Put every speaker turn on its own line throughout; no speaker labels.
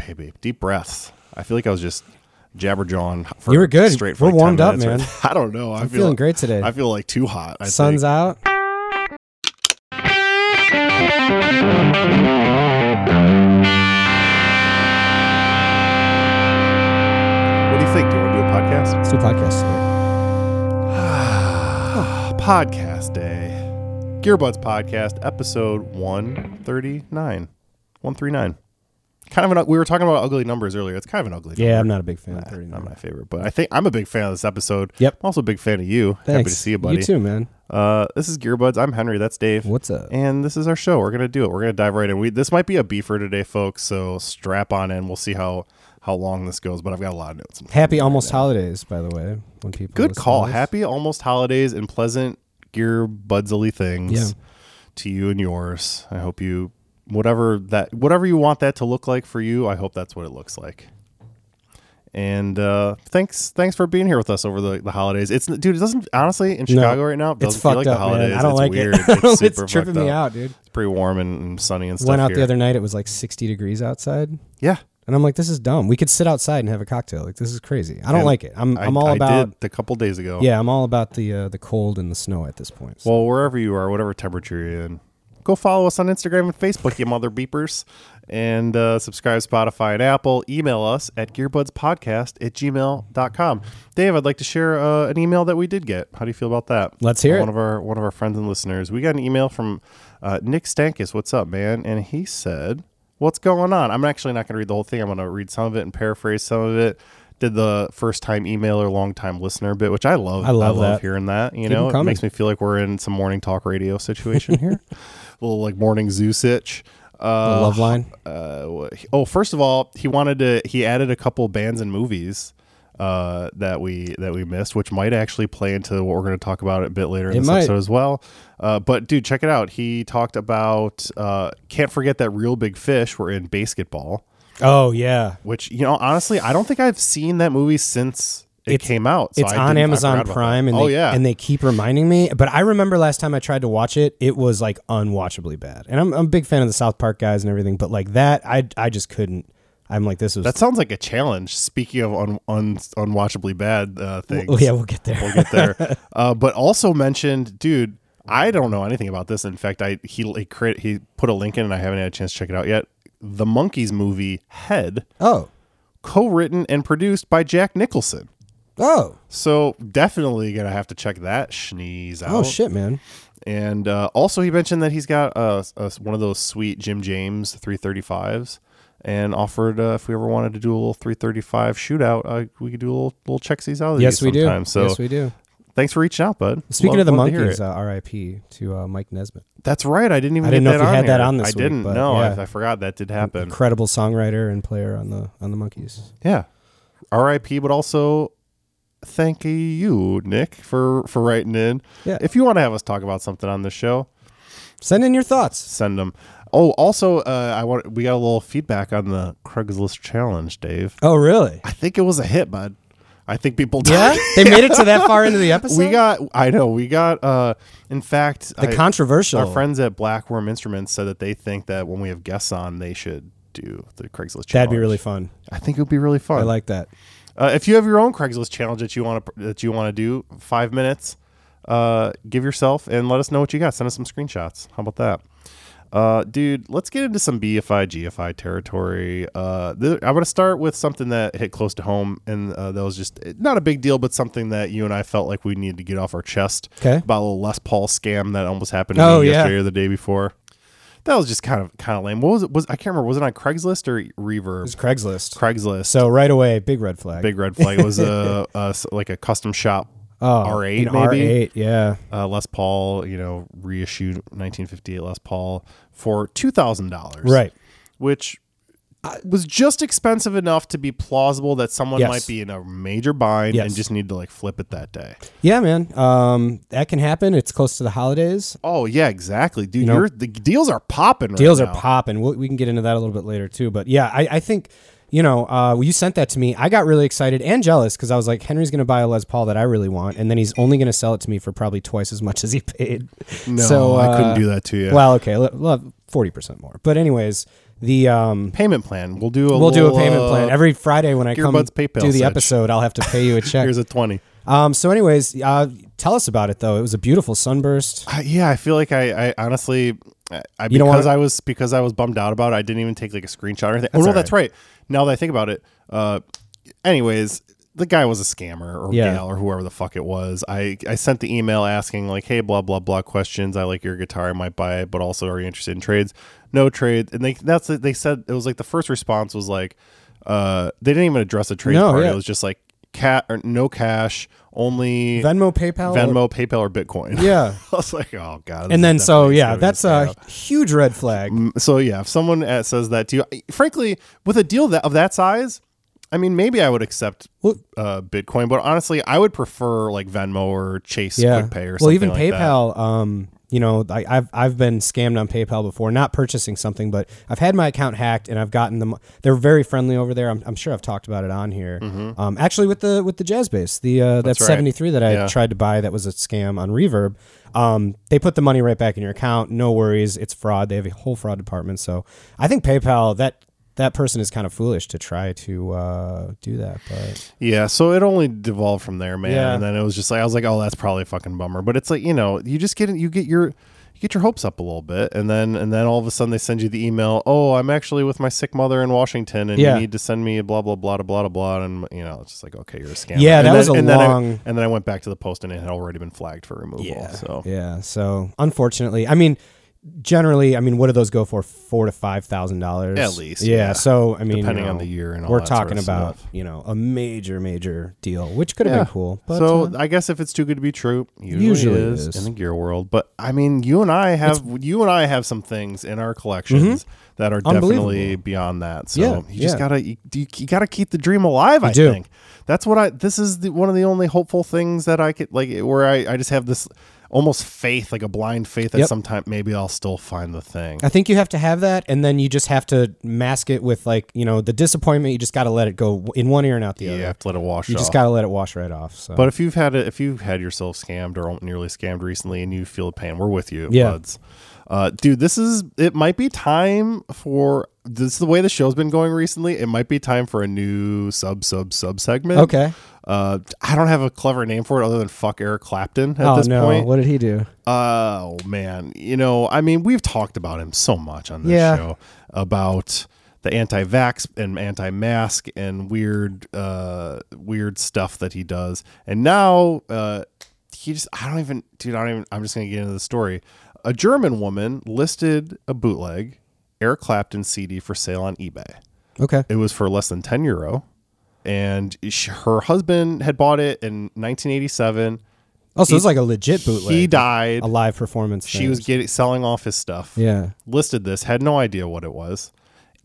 Hey, babe, deep breaths. I feel like I was just jabber jawing. For
You were good.
Straight for
We're
like 10
warmed up,
minutes. I don't know. I
I'm
feel
feeling great today.
I feel like too hot. I
Sun's
think.
out.
What do you think? Do you want to do a podcast?
Let's do a podcast today.
Podcast day. Gearbuds podcast episode one thirty nine. One three nine. Kind of an. We were talking about ugly numbers earlier. It's kind of an ugly.
Yeah, I'm not a big fan of
number.
39.
Not my favorite, but I think I'm a big fan of this episode.
Yep.
I'm also a big fan of you. Happy to
Thanks.
see you, buddy.
You too, man.
Uh, this is Gearbuds. I'm Henry. That's Dave.
What's up?
And this is our show. We're gonna do it. We're gonna dive right in. We this might be a beefer today, folks. So strap on in. We'll see how how long this goes. But I've got a lot of notes.
Happy almost holidays, by the way. When people
Good
listen
call.
to this.
Happy almost holidays and pleasant gearbudsily things
Yeah.
to you and yours. I hope you whatever that whatever you want that to look like for you. I hope that's what it looks like. And uh, thanks, thanks for being here with us over the, the holidays. It's dude, it doesn't honestly in Chicago right now. It
It's
doesn't feel
fucked
like
up,
the holidays.
man. I don't
it's
like
weird.
it. I
It's
don't-
super
it's tripping
fucked
me
up.
out, dude.
It's pretty warm and, and sunny and stuff.
Went out the
here.
other night. It was like 60 degrees outside,
Yeah,
and I'm like, this is dumb. We could sit outside and have a cocktail. Like this is crazy. I don't like it. I'm
I,
Um, I'm all
I
about
did a couple days ago.
yeah. I'm all about the uh, the cold and the snow at this point. So
Well, wherever you are, whatever temperature you're in, go follow us on Instagram and Facebook, you mother beepers. And uh, subscribe, Spotify, and Apple. Email us at gearbudspodcast at gmail.com. Dave, I'd like to share uh, an email that we did get. How do you feel about that?
Let's hear
Uh,
it.
One of our one of our friends and listeners. We got an email from uh, Nick Stankis. What's up, man? And he said, "What's going on?" I'm actually not going to read the whole thing. I'm going to read some of it and paraphrase some of it. Did the first time emailer, long time listener bit, which I love.
I love that.
hearing that. You
Keep 'em
know, it
coming.
makes me feel like we're in some morning talk radio situation here, a little like morning zoo sitch.
the
Uh,
love line.
uh, wh- oh, first of all, he wanted to. He added a couple bands and movies uh, that we that we missed, which might actually play into what we're going to talk about a bit later in
It
this
might.
episode as well. Uh, but dude, check it out. He talked about uh, can't forget that real big fish were in basketball,
Oh yeah.
which you know honestly, I don't think I've seen that movie since it
It's-
came out. so
it's
I
on
didn't- I
Amazon
forgot about
Prime,
that.
and
oh
they,
yeah,
and they keep reminding me. But I remember last time I tried to watch it, it was like unwatchably bad. And I'm, I'm a big fan of the South Park guys and everything, but like that, I I just couldn't. I'm like, this was
that sounds like a challenge. Speaking of un, un, unwatchably bad uh, things,
oh yeah, we'll get there.
we'll get there. uh, but also mentioned, dude, I don't know anything about this. In fact, I he he, crit, he put a link in, and I haven't had a chance to check it out yet. The monkeys movie Head,
oh
co-written and produced by Jack Nicholson.
oh
So definitely gonna have to check that schneeze out.
oh shit, man.
And uh, also, he mentioned that he's got uh, uh, one of those sweet Jim James 335s and offered uh, if we ever wanted to do a little 335 shootout, uh, we could do a little, little checksies out of
Yes,
these
we do.
sometime. So
yes, we do.
thanks for reaching out, bud.
Speaking
Love-
of the
love to hear
monkeys,
it.
uh, R.I.P. to uh, Mike Nesbitt,
that's right. I didn't even
I
get
didn't know
that
if you had that
here.
on this
I
week,
didn't.
but
no,
yeah.
I, I forgot that did happen.
incredible songwriter and player on the on the monkeys.
Yeah. R.I.P. But also, thank you, Nick, for for writing in.
Yeah.
If you want to have us talk about something on the show,
Send in your thoughts.
send them. Oh, also, uh, I want we got a little feedback on the Craigslist challenge, Dave.
Oh really?
I think it was a hit, bud. I think people.
Yeah, they made it to that far into the episode.
we got. I know. We got. Uh, in fact,
the
I-
controversial.
Our friends at Black Worm Instruments said that they think that when we have guests on, they should do the Craigslist. Challenge.
That'd be really fun.
I think it would be really fun.
I like that.
uh, if you have your own Craigslist challenge that you want to that you want to do, five minutes, uh, give yourself and let us know what you got. Send us some screenshots. How about that? Uh, dude, let's get into some BFI GFI territory. Uh, th- I'm gonna start with something that hit close to home, and uh, that was just not a big deal, but something that you and I felt like we needed to get off our chest.
Okay.
about a little Les Paul scam that almost happened to
Oh,
me
yeah.
yesterday or the day before. That was just kind of kind of lame. What was it? Was I can't remember. Was it on Craigslist or Reverb?
It's Craigslist.
Craigslist
So right away, big red flag.
big red flag. It was a, a s- like a custom shop
oh,
R8
an
maybe
R8, yeah.
Uh, Les Paul, you know, reissued 1958 Les Paul for two thousand dollars,
Right.
Which was just expensive enough to be plausible that someone
Yes.
might be in a major bind
Yes.
and just need to like flip it that day.
Yeah, man. Um, that can happen. It's close to the holidays.
Oh yeah, exactly, dude.
know-
you're, the deals are popping. Right
Deals
now.
are popping. We'll, we can get into that a little bit later too. But yeah, I, I think you know uh, you sent that to me. I got really excited and jealous because I was like, Henry's going to buy a Les Paul that I really want, and then he's only going to sell it to me for probably twice as much as he paid.
No,
so,
I
uh,
couldn't do that to you.
Well, okay, forty percent more. But anyways, the um,
Payment plan. We'll do a
we'll do a
little,
payment
uh,
plan every Friday when I come
Gearbuds PayPal
do the
side.
episode. I'll have to pay you a check.
Here's a twenty.
um, so, anyways, uh, tell us about it though. It was a beautiful sunburst.
I- yeah, I feel like I, I honestly, I, I
You don't
because
wanna-
I was because I was bummed out about it. I didn't even take like a screenshot or anything. oh no,
all
that's right. Now that I think about it, uh, anyways, the guy was a scammer or
Yeah.
gal or whoever the fuck it was. I I sent the email asking like, hey, blah blah blah questions. I like your guitar. I might buy it, but also are you interested in trades? No trade. And they that's they said it was like the first response was like, uh, they didn't even address a trade
No,
part.
yeah.
It was just like cat or no cash only.
Venmo, PayPal,
Venmo, PayPal, or Bitcoin.
Yeah.
I was like, oh god. this is
and then so
definitely
yeah,
gonna be
that's
scam.
a huge red flag.
Mm, so yeah. If someone uh, says that to you, I- frankly, with a deal that of that size, I mean, maybe I would accept
Well-
uh, Bitcoin, but honestly, I would prefer like Venmo or Chase
yeah.
QuickPay or something.
well, even
like that.
PayPal. Um, you know, I, I've I've been scammed on PayPal before, not purchasing something, but I've had my account hacked, and I've gotten them. They're very friendly over there. I'm, I'm sure I've talked about it on here. Um, actually, with the with the jazz bass, the uh, that
Mm-hmm. right.
73 that I
Yeah.
tried to buy, that was a scam on Reverb. Um, they put the money right back in your account. No worries, it's fraud. They have a whole fraud department. So I think PayPal that that person is kind of foolish to try to uh, do that. But
Yeah, so it only devolved from there, man.
Yeah.
And then it was just like I was like, oh, that's probably a fucking bummer. But it's like you know, you just get you get your you get your hopes up a little bit, and then and then all of a sudden they send you the email, oh, I'm actually with my sick mother in Washington, and
Yeah.
you need to send me a blah blah blah blah blah blah, and you know, it's just like okay, you're a scammer.
Yeah,
And
that
then-
was a
and then I-
long-
and then I went back to the post, and it had already been flagged for removal. So
Yeah. So unfortunately, I mean, generally, I mean, what do those go for? Four to five thousand dollars
At least,
Yeah.
yeah.
So I mean,
Depending
you
on
know,
the year and all
we're
that sort
talking
of
about
stuff.
you know a major, major deal, which could have been cool. But
so
uh,
I guess if it's too good to be true, usually,
Usually
it
it
is,
is.
in the gear world. But I mean, you and I have you and I have some things in our collections that are definitely
Mm-hmm. Unbelievable.
beyond that. So
Yeah,
you just
yeah.
gotta you, you, you gotta keep the dream alive. I
do.
think that's what I. This is the, one of the only hopeful things that I could like where I I just have this almost faith, like a blind faith that
Yep.
sometime maybe I'll still find the thing.
I think you have to have that, and then you just have to mask it with like you know the disappointment. You just got to let it go in one ear and out the
You
other.
have to let it wash
You
off.
just got to let it wash right off. So.
But if you've had a, if you've had yourself scammed or nearly scammed recently and you feel the pain, we're with you,
Yeah.
buds. Uh, dude, this is it. Might be time for this. Is the way the show's been going recently, it might be time for a new sub sub sub segment.
Okay.
Uh, I don't have a clever name for it other than fuck Eric Clapton at
oh
this
no!
point.
What did he do?
Oh man, you know, I mean, we've talked about him so much on this
Yeah.
show about the anti-vax and anti-mask and weird, uh, weird stuff that he does, and now uh, he just—I don't even, dude, I don't even. I'm just gonna get into the story. A German woman listed a bootleg Eric Clapton CD for sale on eBay.
Okay.
It was for less than 10 euro, and sh her husband had bought it in 1987.
Oh, so it was like a legit bootleg.
He died.
a live performance.
She
thing.
was getting selling off his stuff
Yeah.
listed this, had no idea what it was.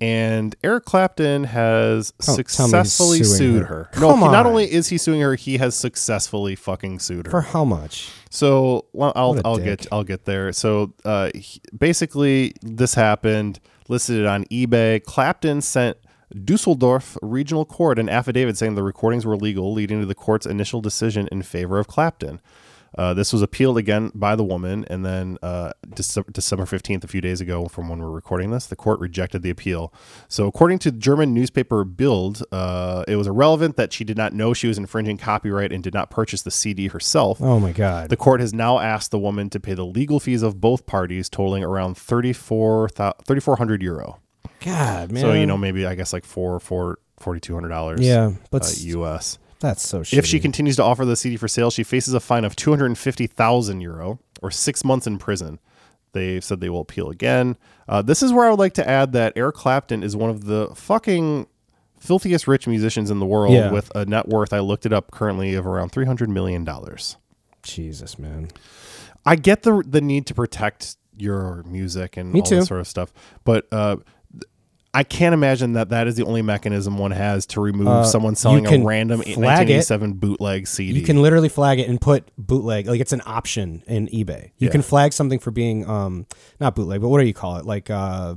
And Eric Clapton has
Oh, tell me he's
successfully
suing
sued
her.
her.
Come
no, he- not
on.
only is he suing her, he has successfully fucking sued her.
For how much?
So well, I'll
What a
I'll
dick.
get I'll get there. So uh, he- basically, this happened. Listed it on eBay. Clapton sent Dusseldorf Regional Court an affidavit saying the recordings were legal, leading to the court's initial decision in favor of Clapton. Uh, this was appealed again by the woman, and then uh, Dece- December fifteenth, a few days ago, from when we're recording this, the court rejected the appeal. So, according to the German newspaper Bild, uh, it was irrelevant that she did not know she was infringing copyright and did not purchase the CD herself.
Oh my god.
The court has now asked the woman to pay the legal fees of both parties, totaling around 34 3,400 euro.
God, man.
So, you know, maybe I guess like four, four, $4,200
Yeah,
uh,
but s-
US.
that's so shitty.
If she continues to offer the CD for sale, she faces a fine of 250,000 euro or six months in prison. They said they will appeal again. Uh, this is where I would like to add that Eric Clapton is one of the fucking filthiest rich musicians in the world
Yeah.
with a net worth, I looked it up currently, of around $300 million.
Jesus, man.
I get the the need to protect your music and
Me
all
too.
that sort of stuff, but uh, th- I can't imagine that that is the only mechanism one has to remove someone selling a
Uh, can
random
flag it.
1987 bootleg CD.
You can literally flag it and put bootleg. Like it's an option in eBay. You can flag something for being um not bootleg, but what do you call it? Like uh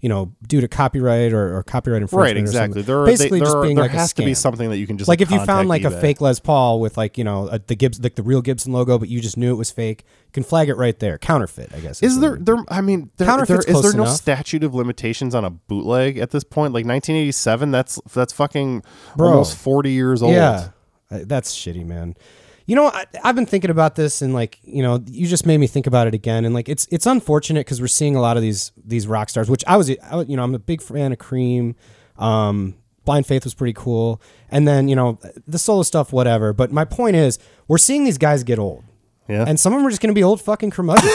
you know, due to copyright or, or copyright
Right,
infringement. or
exactly.
something.
There, are,
basically
they, there,
just
are-
being
there
like
has
a
to be
scam.
something that you can just
Like if you
contact
found like a
eBay.
fake Les Paul with like you know a, the Gibbs like the real Gibson logo, but you just knew it was fake, you can flag it right there. Counterfeit, I guess.
Is
what
there
it-
there? I mean, there, there
Counterfeit's
is there
close
no
enough.
statute of limitations on a bootleg at this point? Like 1987, that's that's fucking
Bro.
almost 40 years old.
Yeah, Uh, that's shitty, man. You know, I, I've been thinking about this, and like, you know, you just made me think about it again, and like, it's it's unfortunate because we're seeing a lot of these these rock stars, which I was, I, was- you know, I'm a big fan of Cream. Um, Blind Faith was pretty cool, and then you know the solo stuff, whatever. But my point is, we're seeing these guys get old,
Yeah.
and some of them are just going to be old fucking curmudgeons.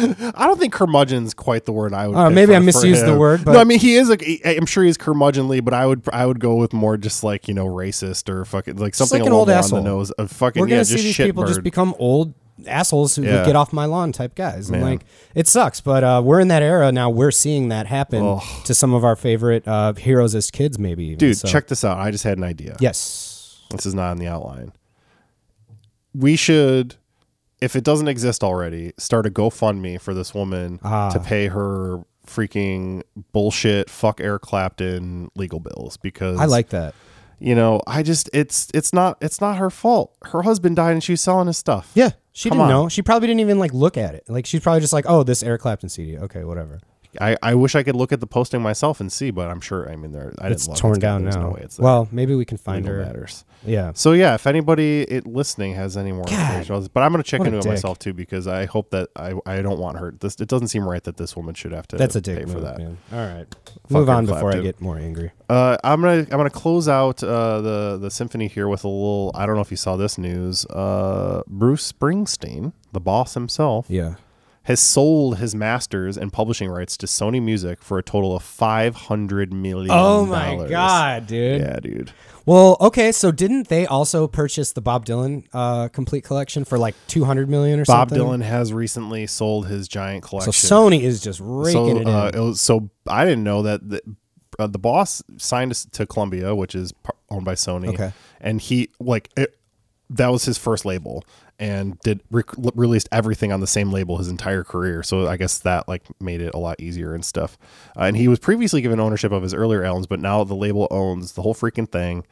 I don't think curmudgeon's quite the word I would.
Uh,
pick
maybe
for-
I
for
misused the
him.
word, but-
no, I mean he is. A, he- I'm sure he's curmudgeonly, but I would I would go with more just like you know racist or fucking like something
like an
a little
old
more
asshole.
on the nose. A uh, fucking
we're
yeah,
gonna
just
see these
shit
people
bird.
just become old assholes who
Yeah.
get off my lawn type guys and like it sucks but uh, we're in that era now we're seeing that happen to some of our favorite uh, heroes as kids maybe even.
Dude,
So-
check this out. I just had an idea.
yes
This is not in the outline. We should, if it doesn't exist already, start a GoFundMe for this woman
Ah.
to pay her freaking bullshit fuck Eric Clapton legal bills because
I like that
you know I just it's it's not it's not her fault. Her husband died and she was selling his stuff.
yeah she
Come
didn't
on.
know she probably didn't even like look at it like she's probably just like oh this Eric Clapton CD okay whatever
I, I wish I could look at the posting myself and see, but I'm sure I mean there I
it's
didn't look.
torn
got-
down
there's
now
No way it's there.
well maybe we can find
Legal
her
matters.
yeah
So yeah, if anybody it, listening has any more information on this, but I'm going to check
what a
into it
dick.
myself too because I hope that I, I don't want her. This it doesn't seem right that this woman should have to
that's a
pay
dick
for
move,
that.
man all right move
Eric
on before I
Clapton.
get more angry
Uh, I'm gonna I'm gonna close out uh, the the symphony here with a little. I don't know if you saw this news. Uh, Bruce Springsteen, the boss himself,
yeah
has sold his masters and publishing rights to Sony Music for a total of five hundred million.
oh my
dollars.
god dude
Yeah, dude.
Well, okay, so didn't they also purchase the Bob Dylan uh, complete collection for like two hundred million or
Bob
something?
Dylan has recently sold his giant
So
collection.
Sony is just raking
so,
it in.
uh, it was- so I didn't know that the, uh, the boss signed us to Columbia, which is par- owned by Sony.
Okay.
And he like it, that was his first label and did re- released everything on the same label his entire career. So I guess that like made it a lot easier and stuff. Uh, and he was previously given ownership of his earlier albums, but now the label owns the whole freaking thing.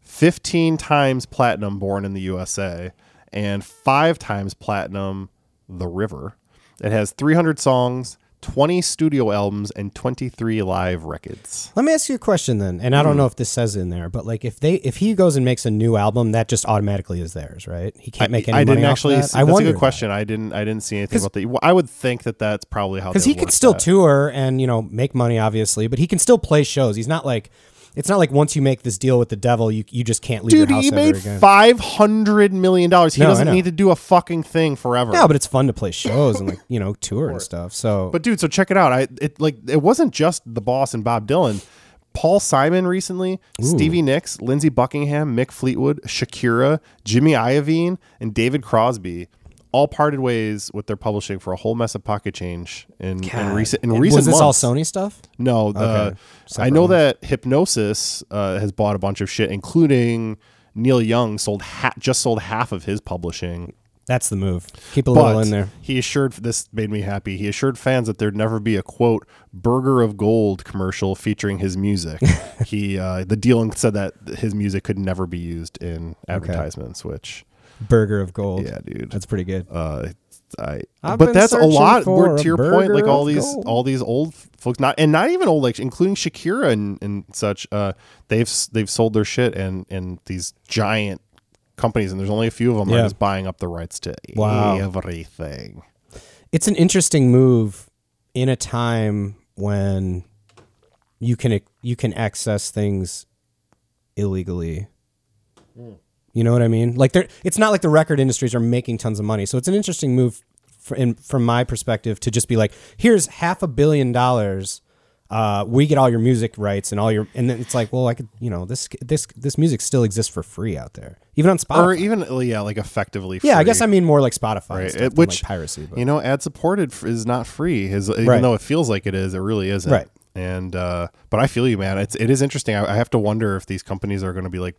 15 times platinum born in the USA and 5 times platinum the river. It has 300 songs, 20 studio albums, and 23 live records.
Let me ask you a question then, and I
Hmm.
don't know if this says in there, but like if they if he goes and makes a new album, that just automatically is theirs, right? He can't make any
I didn't
money
actually.
Off that?
See,
I
that's a
wonder
good question. I didn't. I didn't see anything about the. well, I would think that that's probably how.
because
they
he
work
could still
that.
tour and you know make money, obviously, but he can still play shows. He's not like it's not like once you make this deal with the devil, you you just can't leave
Dude,
your house
he
ever
made
again.
five hundred million dollars. He
No, I
doesn't
know.
need to do a fucking thing forever.
No, but it's fun to play shows and like you know tour and stuff. So
But dude, so check it out. I it like it wasn't just the boss and Bob Dylan. Paul Simon recently, Stevie Nicks, Lindsey Buckingham, Mick Fleetwood, Shakira, Jimmy Iovine, and David Crosby all parted ways with their publishing for a whole mess of pocket change in, in recent in recent
was this
months.
all Sony stuff?
No, uh, I know that Hypnosis uh, has bought a bunch of shit, including Neil Young sold ha- just sold half of his publishing.
That's the move. Keep a little
But
in there.
he assured this made me happy. He assured fans that there'd never be a quote "burger of gold" commercial featuring his music. he uh, the deal said that his music could never be used in advertisements. Which
Burger of gold.
yeah, dude,
That's pretty good.
uh, I,
I've
but
been
that's a
searching
lot.
for
We're,
a
to your point, like
burger
all
of
these,
gold.
all these old folks, not and not even old, like including Shakira and, and such. Uh, they've s- they've sold their shit, and and these giant companies, and there's only a few of them are
Yeah.
just buying up the rights to
Wow.
everything.
It's an interesting move in a time when you can you can access things illegally. You know what I mean? Like they're, it's not like the record industries are making tons of money. So it's an interesting move for, in, from my perspective to just be like, here's half a billion dollars. Uh, we get all your music rights and all your, and then it's like, well, I could, you know, this this this music still exists for free out there, even on Spotify.
Or even yeah, like effectively.
Uh, yeah, I
free.
guess I mean more like Spotify, and
Right,
stuff
it-
than,
which,
like piracy. But.
you know ad supported f- is not free is even
Right.
though it feels like it is it really isn't
Right.
and uh but i feel you man it's it is interesting i, I have to wonder if these companies are going to be like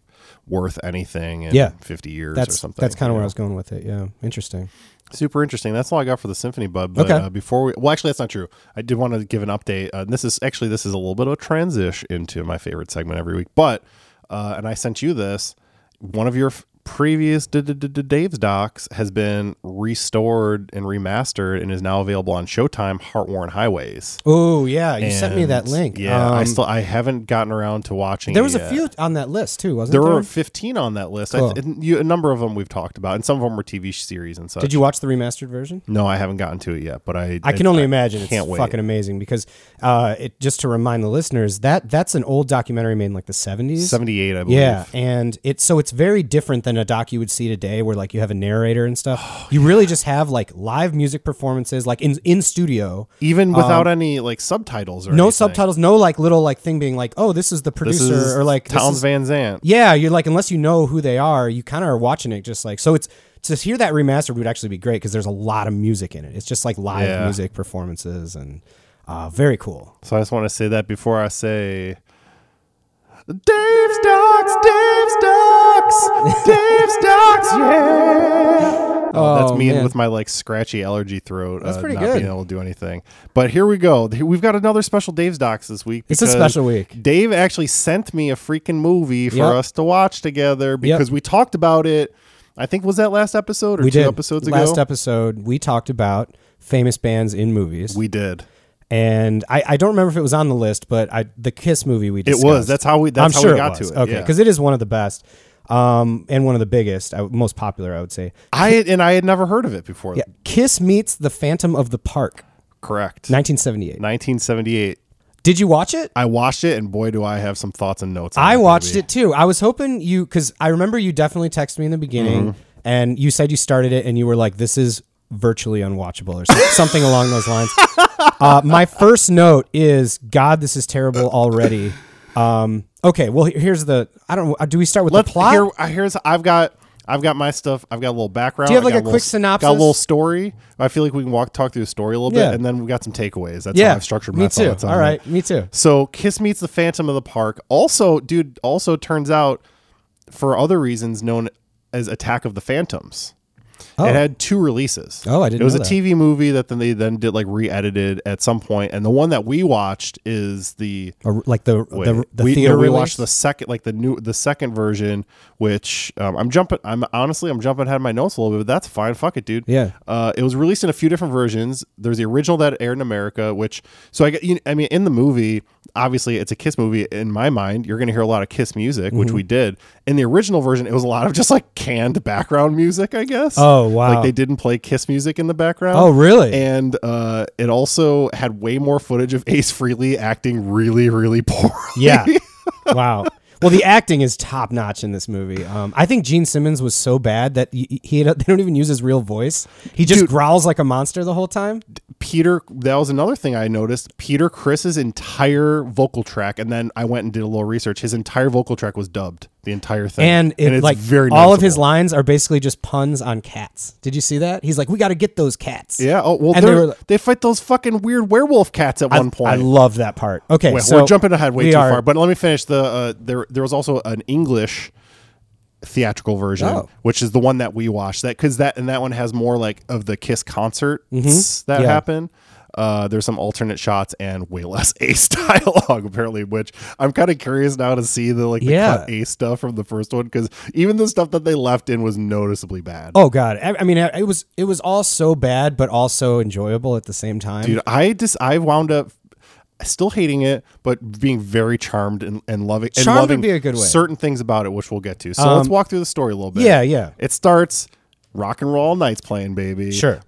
worth anything in
Yeah.
50 years
that's
or something
that's kind of where I was going with it. Yeah, interesting.
Super interesting. That's all I got for the symphony, bud. But
Okay.
uh, before we, well, actually, that's not true. I did want to give an update. Uh, this is actually this is a little bit of a transition into my favorite segment every week. But uh, and I sent you this. One of your f- previous D- D- D- D- Dave's docs has been restored and remastered and is now available on Showtime. Heartworn Highways.
Oh yeah, you sent me that
And,
link.
Yeah, I
Um,
still I haven't gotten around to watching.
there
it
was
yet.
a few on that list too, wasn't
There
there?
were 15 on that list. I
Cool.
th- and you, a number of them we've talked about, and some of them were TV series and such.
Did you watch the remastered version?
No, I haven't gotten to it yet, but I
I can only imagine. It's
can't wait.
fucking amazing because uh, it just to remind the listeners that that's an old documentary made in like the seventies.
78, I believe.
Yeah, and it's so it's very different than a doc you would see today, where like you have a narrator and stuff.
Oh,
you really just have like live music performances, like in in studio.
Even without any like subtitles or
Um, No
anything.
subtitles, no like little like thing being like, oh, this is the
This
producer
is
or like this
Towns
is-
Van Zant.
yeah, you're like unless you know who they are, you kind of are watching it just like so. It's to hear that remastered would actually be great because there's a lot of music in it. It's just like live
Yeah.
music performances and uh, very cool.
So I just want to say that before I say Dave's Docs, Dave's Docs, Dave's Docs, yeah. Oh, that's
Oh,
me
man.
with my like scratchy allergy throat. That's
pretty
not
good.
Being able to do anything. But here we go. We've got another special Dave's Docs this week.
It's a
because
special week.
Dave actually sent me a freaking movie for
Yep.
us to watch together because we talked about it. I think was that last episode or
We
two
did
episodes ago.
last episode we talked about famous bands in movies,
we did.
and I, I don't remember if it was on the list, but I the Kiss movie we
It
discussed.
was. That's how we. That's
I'm
how
sure
we got
it was.
to it.
Okay,
yeah.
because it is one of the best, um, and one of the biggest, I, most popular, I would say.
I had- and I had never heard of it before.
Yeah, Kiss meets the Phantom of the Park,
Correct.
1978.
1978.
Did you watch it?
I watched it, and boy, do I have some thoughts and notes. On
I
that
watched
movie.
it too. I was hoping you because I remember you definitely texted me in the beginning,
Mm-hmm.
and you said you started it, and you were like, "This is virtually unwatchable" or some- something along those lines. Uh, my first note is, "God, this is terrible already." Um, okay, well he- here's the. I don't. uh, Do we start with
Let's
the plot?
Here, uh, here's I've got I've got my stuff. I've got a little background. Do
you have, like, a
little,
quick
Got a little
synopsis?
story. I feel like we can walk talk through the story a little
Yeah.
bit, and then we've got some takeaways. That's
yeah,
how I've structured my
me too.
thoughts. on
All
it.
right, me too.
So Kiss meets the Phantom of the Park. Also, dude. Also turns out, for other reasons, known as Attack of the Phantoms.
Oh.
It had two releases.
Oh, I didn't
It was
know
a
that.
TV movie that then they then did like re-edited at some point, and the one that we watched is the
Or, like the the, the
we,
theater
we
release?
watched the second like the new the second version which um, i'm jumping i'm honestly i'm jumping ahead of my notes a little bit but that's fine fuck it dude
Yeah.
uh, it was released in a few different versions there's the original that aired in america which so i get you i mean in the movie obviously it's a kiss movie in my mind you're gonna hear a lot of kiss music which
Mm-hmm.
we did in the original version it was a lot of just like canned background music i guess
Oh, wow.
like they didn't play kiss music in the background
Oh, really?
and uh, it also had way more footage of ace freely acting really really poorly
Yeah. wow. Well, the acting is top notch in this movie. Um, I think Gene Simmons was so bad that he, he they don't even use his real voice. He just growls like a monster the whole time.
Peter, that was another thing I noticed. Peter Chris's entire vocal track, and then I went and did a little research. His entire vocal track was dubbed, the entire thing,
And it
it's
like all of his
noticeable.
lines are basically just puns on cats. Did you see that? He's like, "We got to get those cats."
Yeah. Oh well,
And they
they
were-
they fight those fucking weird werewolf cats at one point.
I love that part. Okay,
Wait,
so
we're jumping ahead way
we
too
are-
far. But let me finish the. Uh, there, there was also an English theatrical version,
Oh.
which is the one that we watched. That because that and that one has more like of the Kiss concerts that
Mm-hmm. Yeah.
happen. Uh, there's some alternate shots and way less Ace dialogue apparently, which I'm kind of curious now to see the like the
Yeah.
cut Ace stuff from the first one because even the stuff that they left in was noticeably bad.
Oh god, I, I mean, it was it was all so bad, but also enjoyable at the same time.
dude i just i wound up still hating it but being very charmed and, and loving and
Charmed would
loving
be a good way.
certain things about it which we'll get to so let's walk through the story a little bit
yeah, yeah.
it starts rock and roll all nights playing baby
Sure.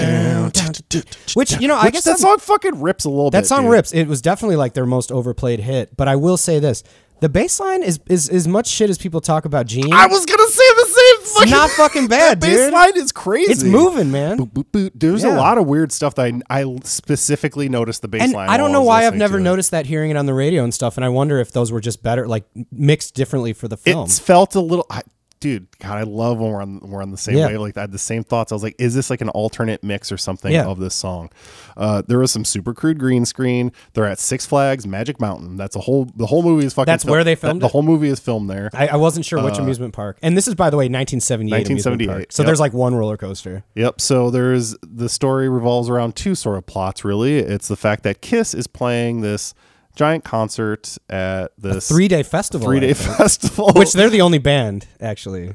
which
Which you know, I guess
that
that's
song fucking rips a little bit
That song
dude.
rips. It was definitely like their most overplayed hit. But I will say this: the bass line is is as much shit as people talk about Gene.
i was gonna say the same fucking
not fucking bad,
bass
dude.
line is crazy
it's moving, man.
Boop, boop. there's a
Yeah.
lot of weird stuff that i, I specifically noticed the bass
And
line
I don't
while
know
was
why I've
listening
never
to it.
noticed that hearing it on the radio and stuff. And I wonder if those were just better, like mixed differently for the film.
It's felt a little. I, dude, God, I love when we're on we're on the same
Yeah.
wave. Like I had the same thoughts. I was like, is this like an alternate mix or something
Yeah.
of this song? Uh, there was some super crude green screen. They're at Six Flags Magic Mountain. That's a whole the whole movie is fucking.
That's
fil-
where they
that-
filmed
the
it?
whole movie is filmed there.
I, I wasn't sure
Uh,
which amusement park. And this is, by the way, 1978. amusement
1978,
park. So
yep.
there's like one roller coaster.
Yep. So there's the story revolves around two sort of plots. Really, it's the fact that Kiss is playing this giant concert at this
Three day festival.
three day
I think.
festival,
Which they're the only band, actually.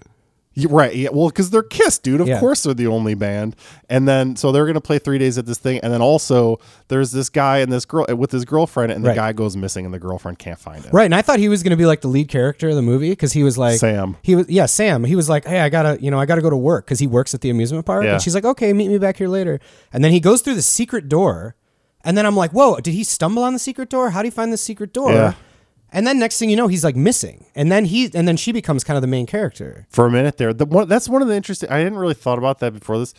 Yeah, right. Yeah. Well, because they're Kiss, dude. Of
Yeah.
course they're the only band. And then, so they're going to play three days at this thing. And then also, there's this guy and this girl eh, with his girlfriend, and the
Right.
guy goes missing, and the girlfriend can't find him.
Right, and I thought he was going to be like the lead character of the movie because he was like
Sam.
He was yeah, Sam. He was like, hey, I gotta you know I gotta go to work because he works at the amusement park.
Yeah.
And she's like, okay, meet me back here later. And then he goes through the secret door, and then I'm like, whoa, did he stumble on the secret door? How do you find the secret door?
Yeah.
And then next thing you know, he's like missing, and then he and then she becomes kind of the main character.
For a minute there, the one, that's one of the interesting. I didn't really thought about that before this.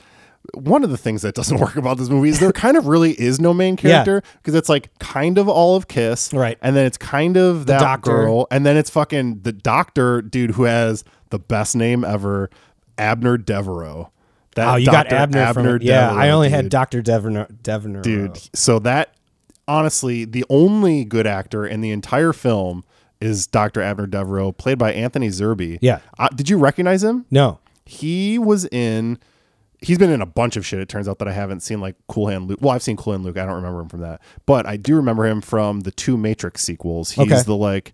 One of the things that doesn't work about this movie is there kind of really is no main
Yeah.
character because it's like kind of all of Kiss,
Right.
And then it's kind of that
doctor.
girl, and then it's fucking the doctor dude who has the best name ever, Abner Devereaux. That
Oh, you got
Dr.
Abner, from it. yeah. I
Uh, Devereaux,
only
dude.
had Doctor Devener, Devener,
dude. So that honestly, the only good actor in the entire film is Dr. Abner Devereaux, played by Anthony Zerbe.
Yeah.
Uh, did you recognize him?
No,
He was in. He's been in a bunch of shit. It turns out that I haven't seen like Cool Hand Luke. Well, I've seen Cool Hand Luke. I don't remember him from that, but I do remember him from the two Matrix sequels. He's
Okay.
the like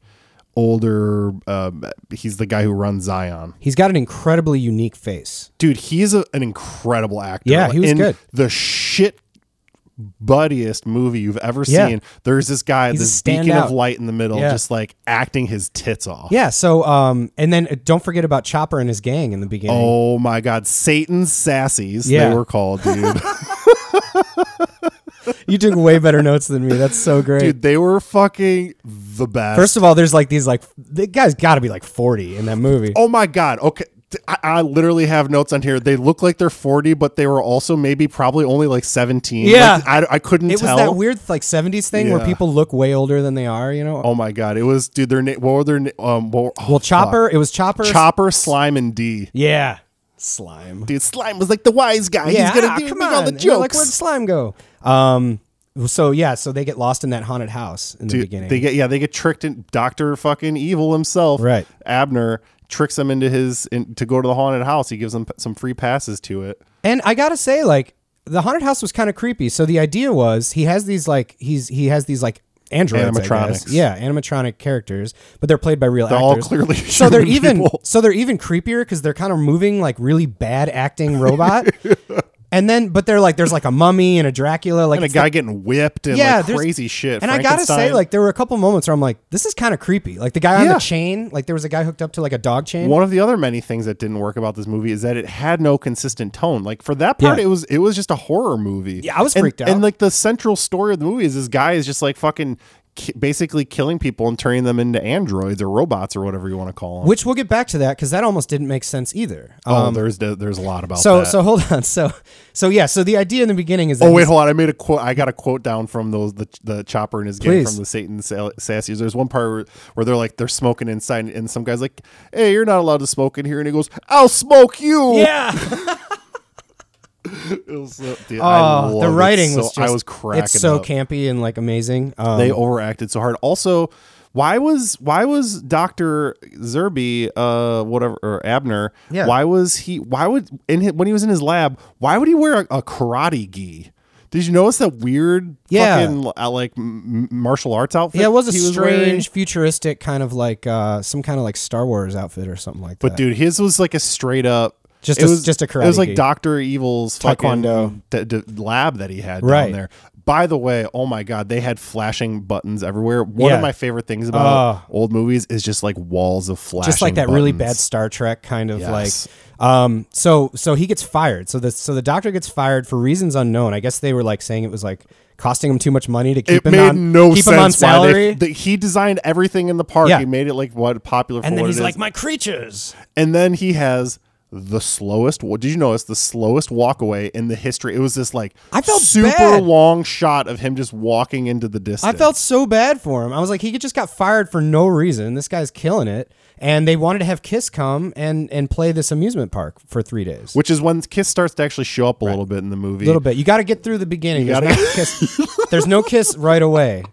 older. Um, he's the guy who runs Zion
he's got an incredibly unique face.
dude, he's a, an incredible actor.
Yeah, he was
in
good.
The shit buddiest movie you've ever
Yeah.
seen. There's this guy,
He's a
this beacon of
standout.
light in the middle,
Yeah.
just like acting his tits off.
Yeah. So um, and then uh, don't forget about Chopper and his gang in the beginning.
Oh my God, Satan's sassies
Yeah.
they were called, dude.
You took way better notes than me. That's so great.
dude, they were fucking the best.
First of all, there's like these like the guy's got to be like 40 in that movie.
oh my God, okay. Th- I, I literally have notes on here. They look like they're 40, but they were also maybe probably only like 17.
Yeah.
Like, I, I couldn't
it was
tell.
that weird like 70s thing where
Yeah.
people look way older than they are. You know.
oh my God. It was, dude, their name, what were their name? Um, what were- oh,
well,
fuck.
Chopper. It was Chopper.
Chopper, Slime, and D.
Yeah. Slime.
Dude, Slime was like the wise guy.
yeah.
He's gonna
ah,
give
come
me
on.
all the
And you're Like
jokes.
where'd Slime go? Um. So yeah. So they get lost in that haunted house in the beginning.
they get yeah, they get tricked in Doctor fucking Evil himself,
Right.
Abner tricks him into his in, to go to the haunted house. He gives them p- some free passes to it.
And I gotta say, like the haunted house was kind of creepy. So the idea was he has these like he's he has these like androids, I guess.
Animatronics.
yeah, animatronic characters, but they're played by real
They're all
actors.
clearly
so they're
human
even
people.
so they're even creepier because they're kind of moving like really bad acting robot. and then, but they're like there's like a mummy and a Dracula, like
And a
it's like-
guy getting whipped and
Yeah,
like
there's-
crazy shit.
and I gotta say,
Frankenstein.
like there were a couple moments where I'm like, this is kind of creepy. Like the guy on
Yeah.
the chain, like there was a guy hooked up to like a dog chain.
One of the other many things that didn't work about this movie is that it had no consistent tone. Like for that part,
Yeah.
it was it was just a horror movie.
Yeah, I was
And-
freaked out.
And like the central story of the movie is this guy is just like fucking ki- basically killing people and turning them into androids or robots or whatever you want to call them.
Which we'll get back to that because that almost didn't make sense either. Um,
oh, there's there's a lot about
So
that.
so hold on. So so yeah. So the idea in the beginning is that
Oh wait,
he's-
hold on. I made a quote. I got a quote down from those the, the chopper and his gang
Please.
from the Satan Sa- Sassies. There's one part where, where they're like they're smoking inside, and some guy's like, "Hey, you're not allowed to smoke in here," and he goes, "I'll smoke you."
yeah.
It was so- dude, I
Oh, the
loved it
writing
so-
was just
I was cracking.
It's so
up.
campy and like amazing. Um,
they overacted so hard. Also, why was why was Doctor Zerbe, uh, whatever or Abner?
Yeah.
Why was he? Why would in his, when he was in his lab? Why would he wear a, a karate gi? Did you notice that weird
Yeah.
fucking uh, like m- m- martial arts outfit?
yeah, it was a
he
strange,
wearing?
futuristic kind of like uh, some kind of like Star Wars outfit or something like
But
that.
dude, his was like a straight up.
Just
it
a-
was,
just a
It was
karate
like
gi.
Doctor Evil's
Taekwondo.
fucking d- d- lab that he had down
Right.
there. By the way, oh my god, they had flashing buttons everywhere. One
Yeah. Oh.
of my favorite things about old movies is just like walls of flashing.
just like that really bad
buttons.
Star Trek kind of
Yes.
like. Um, so so he gets fired. So the so the doctor gets fired for reasons unknown. I guess they were like saying it was like costing him too much money to keep
It
him
made
on
no
keep
sense.
him on
why
salary.
they- the- he designed everything in the park.
Yeah.
He made it like what popular for
and then
what
he's
it is.
like, my creatures.
and then he has the slowest. wa- Did you notice the slowest walkaway in the history? It was this like
I felt
super
bad.
long shot of him just walking into the distance.
I felt so bad for him. I was like, he just got fired for no reason. This guy's killing it, and they wanted to have Kiss come and and play this amusement park for three days.
which is when Kiss starts to actually show up a little bit in the movie.
A little bit. You got to get through the beginning. There's,
gotta-
no kiss. There's no kiss right away.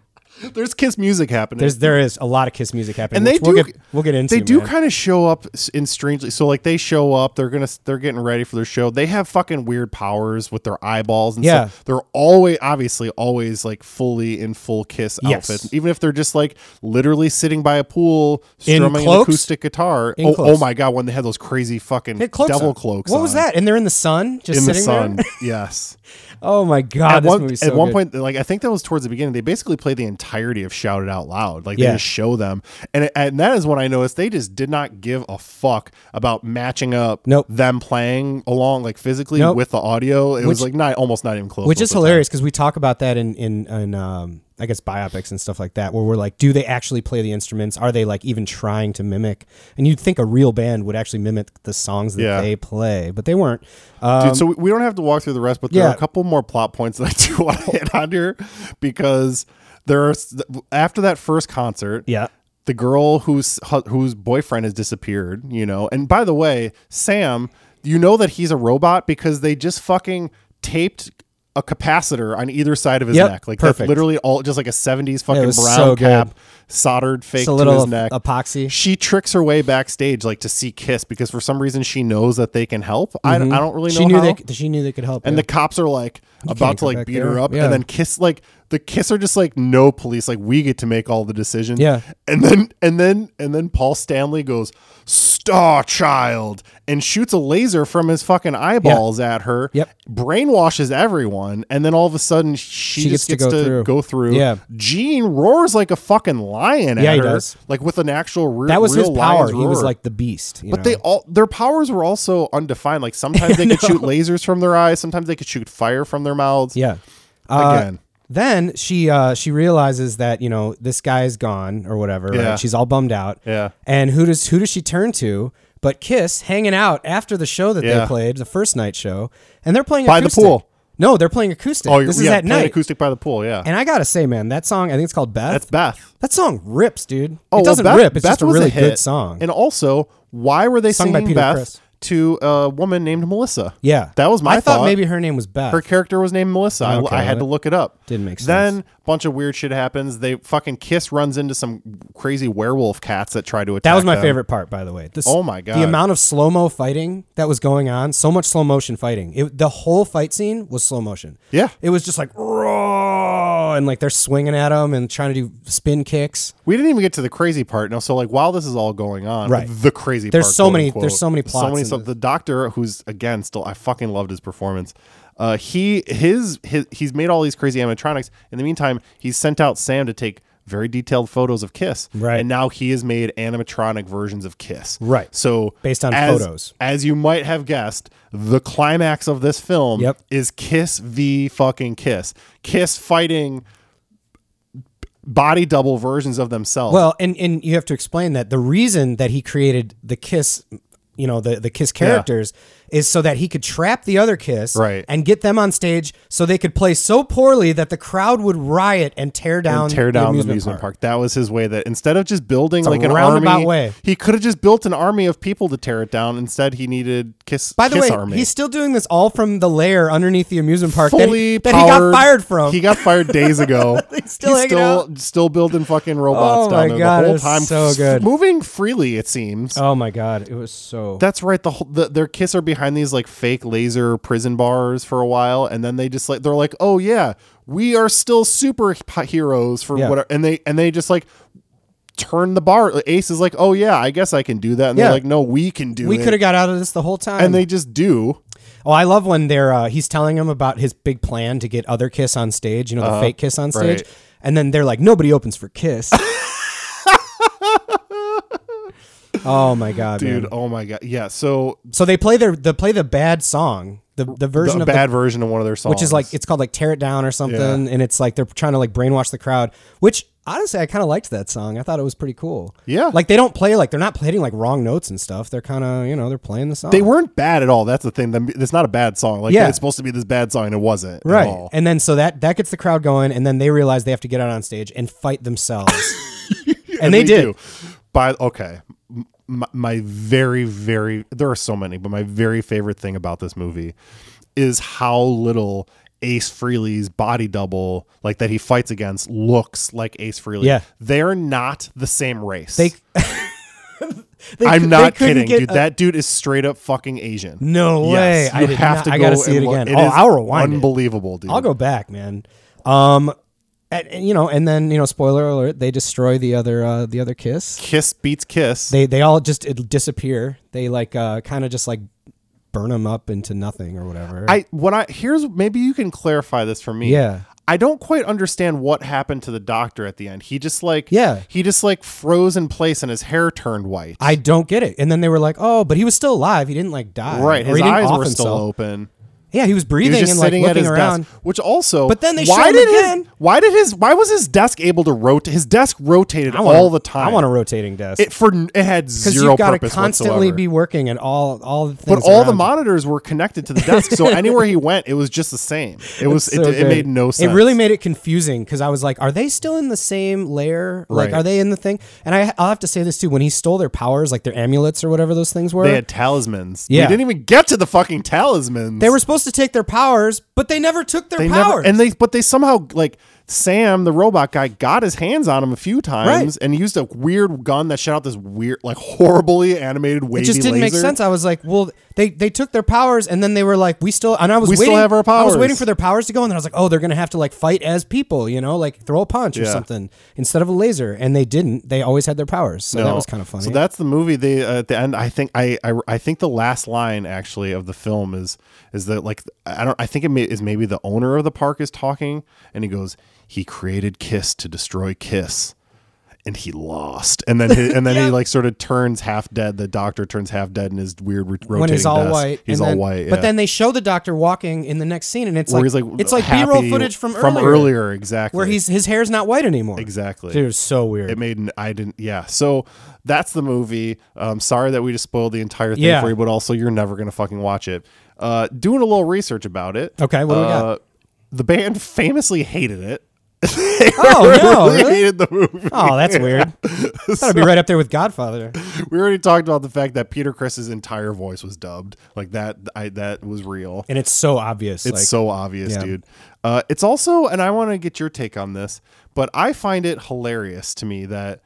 There's Kiss music happening.
There's there is a lot of kiss music happening.
and they
which
do
we'll get, we'll get into.
They do
man.
kind of show up s- in strangely. So like they show up, they're gonna they're getting ready for their show. They have fucking weird powers with their eyeballs and
Yeah.
stuff. They're always obviously always like fully in full kiss
Yes.
outfits, even if they're just like literally sitting by a pool
In
strumming an
cloaks?
acoustic guitar.
In
Oh, oh
cloaks.
my god, when they had those crazy fucking
They had cloaks
devil
on.
cloaks.
What was
on
that? And they're in the sun, just
In the
sitting
sun,
there.
yes.
Oh my god,
at
this
one,
movie's so
at one
good.
point, like I think that was towards the beginning, they basically played the entirety of "Shout It Out Loud." Like they
Yeah.
just show them, and and that is when I noticed they just did not give a fuck about matching up
Nope.
them playing along like physically
Nope.
with the audio. It was
Which-
like not almost not even close,
which
most
is
of the time.
hilarious because we talk about that in in, in um, I guess biopics and stuff like that, where we're like, do they actually play the instruments? Are they like even trying to mimic? And you'd think a real band would actually mimic the songs that
Yeah.
they play, but they weren't. Uh,
Dude, so we- we don't have to walk through the rest, but there are
Yeah.
a couple more plot points that I do want to hit on here because there are s- after that first concert,
Yeah,
the girl whose hu- whose boyfriend has disappeared, you know. And by the way, Sam, you know that he's a robot because they just fucking taped a capacitor on either side of his
Yep,
neck. Like that's
perfect.
literally all just like a 70s fucking
it
brown
was so good.
cap soldered fake
it's a
to
little
his neck.
epoxy.
she tricks her way backstage like to see Kiss because for some reason she knows that they can help. I, I don't really know
Mm-hmm. She knew
how.
they c- she knew they could help.
and
yeah.
the cops are like about
can't
to
go
like
back
beat
there.
her up
Yeah.
and then kiss like the kiss are just like no police like we get to make all the decisions
Yeah.
and then and then and then paul stanley goes star child and shoots a laser from his fucking eyeballs at her
Yep.
brainwashes everyone and then all of a sudden she,
She
just
gets
gets
to
to
go through.
go through
Yeah.
gene roars like a fucking lion
Yeah,
at
he
her
does.
like with an actual re-
that was
real
his power.
lion's
He was
roar.
like the beast.
But they all their powers were also undefined. Like sometimes they could shoot lasers from their eyes, sometimes they could shoot fire from their mouths.
yeah. Uh,
Again.
Then she uh, she realizes that you know this guy's gone or whatever.
Yeah.
Right? She's all bummed out.
Yeah.
And who does who does she turn to? But Kiss hanging out after the show that
Yeah.
they played, the first night show, and they're playing
By the
acoustic.
pool.
No, they're playing acoustic.
you're-
this is
Oh, yeah,
at
playing
night.
acoustic by the pool, yeah.
And I gotta say, man, that song I think it's called Beth.
That's Beth.
that song rips, dude.
Oh, well,
it doesn't
Beth-
rip. It's
Beth
just a
was
really
hit.
good song.
And also, why were they
Sung by
singing
Peter
Beth
Criss.
to a woman named Melissa?
yeah,
that was my
I thought,
thought.
maybe her name was Beth.
Her character was named Melissa. I,
Okay,
I had to look it up.
Didn't make sense.
Then a bunch of weird shit happens. They fucking kiss runs into some crazy werewolf cats that try to attack.
That was my
them.
favorite part, by the way. This,
Oh my God.
The amount of slow mo fighting that was going on, so much slow motion fighting. It, the whole fight scene was slow motion.
Yeah.
it was just like raw, and like they're swinging at him and trying to do spin kicks.
We didn't even get to the crazy part. No, so like while this is all going on,
Right.
The crazy.
There's
part,
so
quote,
many-
unquote.
there's so many plots in
stuff.
this.
The doctor, who's again still, I fucking loved his performance. Uh, he his, his he's made all these crazy animatronics. In the meantime, he's sent out Sam to take very detailed photos of Kiss.
Right.
And now he has made animatronic versions of Kiss.
Right.
So
Based on
as-
photos.
as you might have guessed, the climax of this film
Yep.
is Kiss v fucking Kiss. Kiss fighting body double versions of themselves.
Well, and and you have to explain that the reason that he created the kiss, you know, the the kiss characters is so that he could trap the other kiss
Right.
and get them on stage so they could play so poorly that the crowd would riot and tear down
tear down the amusement,
park.
park. That was his way. That instead of just building like an
roundabout
army,
way.
he could have just built an army of people to tear it down. Instead, he needed Kiss.
By the
Kiss
way,
army.
he's still doing this all from the lair underneath the amusement park that
fully
he, that he got
powered-
fired from.
He got fired days ago.
He's still hanging
still, still building fucking robots
Oh
down
my
there
God,
the whole
it's
time.
so
F-
good.
moving freely. It seems.
oh my god, it was so.
That's right. The, whole, the their kiss are behind these like fake laser prison bars for a while, and then they just like they're like, oh yeah, we are still superheroes for
Yeah.
whatever, and they and they just like turn the bar. Ace is like, oh yeah, I guess I can do that, and they're
Yeah.
like, no, we can do
we
it.
could have got out of this the whole time.
and they just do.
oh, I love when they're uh, he's telling him about his big plan to get other Kiss on stage. You know, the fake Kiss on stage,
Uh-huh. right.
and then they're like, nobody opens for Kiss. oh my god,
Dude,
man.
oh my god, yeah. So
So they play their they play the bad song, the the version
a
of the
bad version of one of their songs,
which is like it's called like tear it down or something and it's like they're trying to like brainwash the crowd which honestly, I kind of liked that song. I thought it was pretty cool.
Yeah.
Like they don't play like they're not hitting like wrong notes and stuff. They're kind of you know they're playing the song.
They weren't bad at all. That's the thing. The- It's not a bad song. Like
Yeah.
it's supposed to be this bad song, and it wasn't at
right.
all.
And then so that that gets the crowd going, and then they realize they have to get out on stage and fight themselves. and, they, did.
do. By okay, M- my, my very very there are so many, but my very favorite thing about this movie is how little Ace Frehley's body double, like that he fights against, looks like Ace Frehley.
Yeah.
they're not the same race.
They- They cou-
I'm not
they couldn't
kidding,
get
dude.
a-
that dude is straight up fucking Asian.
no way.
Yes,
I
you
did
have
not-
to. Go
I gotta see it
and look.
again.
It
oh,
is
I'll rewind it.
Unbelievable, dude.
I'll go back, man. Um, and, and, you know, and then you know, spoiler alert: they destroy the other uh, the other kiss.
Kiss beats kiss.
They they all just it, disappear. They like uh, kind of just like burn them up into nothing or whatever.
I what I here's maybe you can clarify this for me.
Yeah.
I don't quite understand what happened to the doctor at the end. He just like
Yeah.
he just like froze in place and his hair turned white.
I don't get it. And then they were like, "Oh, but he was still alive. He didn't like die.
right,
Or
his
he didn't
eyes
off
were still
himself.
open.
Yeah, he was
He
breathing
was just
and like
sitting at
looking
his
around.
desk, which also.
But then they show
why
him
did
again.
his why did his why was his desk able to rotate? His desk rotated
I want
all
a-
the time.
I want a rotating desk
it for it had
because
zero
you've got to
purpose
constantly
whatsoever.
be working at all all the
but
things.
all the
around you.
monitors were connected to the desk, so anywhere he went, it was just the same. It was
So
it, it
good.
made no sense.
It really made it confusing because I was like, "Are they still in the same layer? Like,
Right.
are they in the thing?" And I, I'll have to say this too: when he stole their powers, like their amulets or whatever those things were,
They had talismans.
Yeah.
We didn't even get to the fucking talismans.
they were supposed to take their powers, but they never took their
They never-
powers.
and they but they somehow like Sam, the robot guy, got his hands on him a few times and used a weird gun that shot out this weird, like horribly animated wavy
it just didn't make
laser.
sense. I was like, "Well, they they took their powers, and then they were like, we still." And I was
We still
waiting,
have our
I was
powers.
waiting for their powers to go, and then I was like, "Oh, they're gonna have to like fight as people, you know, like throw a punch or
Yeah.
something instead of a laser." And they didn't. They always had their powers, so that
No.
was kind of funny.
So that's the movie. They uh, at the end. I think I, I I think the last line actually of the film is is that like I don't. I think it may, is maybe the owner of the park is talking, and he goes, "He created Kiss to destroy Kiss." And he lost, and then he, and then he like sort of turns half dead. The doctor turns half dead in his weird ro- rotating
when he's all
desk.
white.
He's
and
all
then-
white.
But
yeah.
then they show the doctor walking in the next scene, and it's
Where
like,
he's like
it's like
happy
B-roll footage from,
from
earlier,
earlier, exactly.
where he's his hair's not white anymore.
exactly
Dude, it was so weird.
it made n- I didn't yeah. So that's the movie. Um, sorry that we just spoiled the entire thing
Yeah.
for you, but also you're never gonna fucking watch it. Uh, doing a little research about it.
Okay, what do we got?
uh, The band famously hated it.
oh no,
They
really?
hated the movie.
Oh, that's weird. That'd be right up there with Godfather.
We already talked about the fact that Peter Chris's entire voice was dubbed. Like that I that was real.
And it's so obvious.
It's
like,
so obvious,
yeah.
dude. Uh, it's also, and I want to get your take on this, but I find it hilarious to me that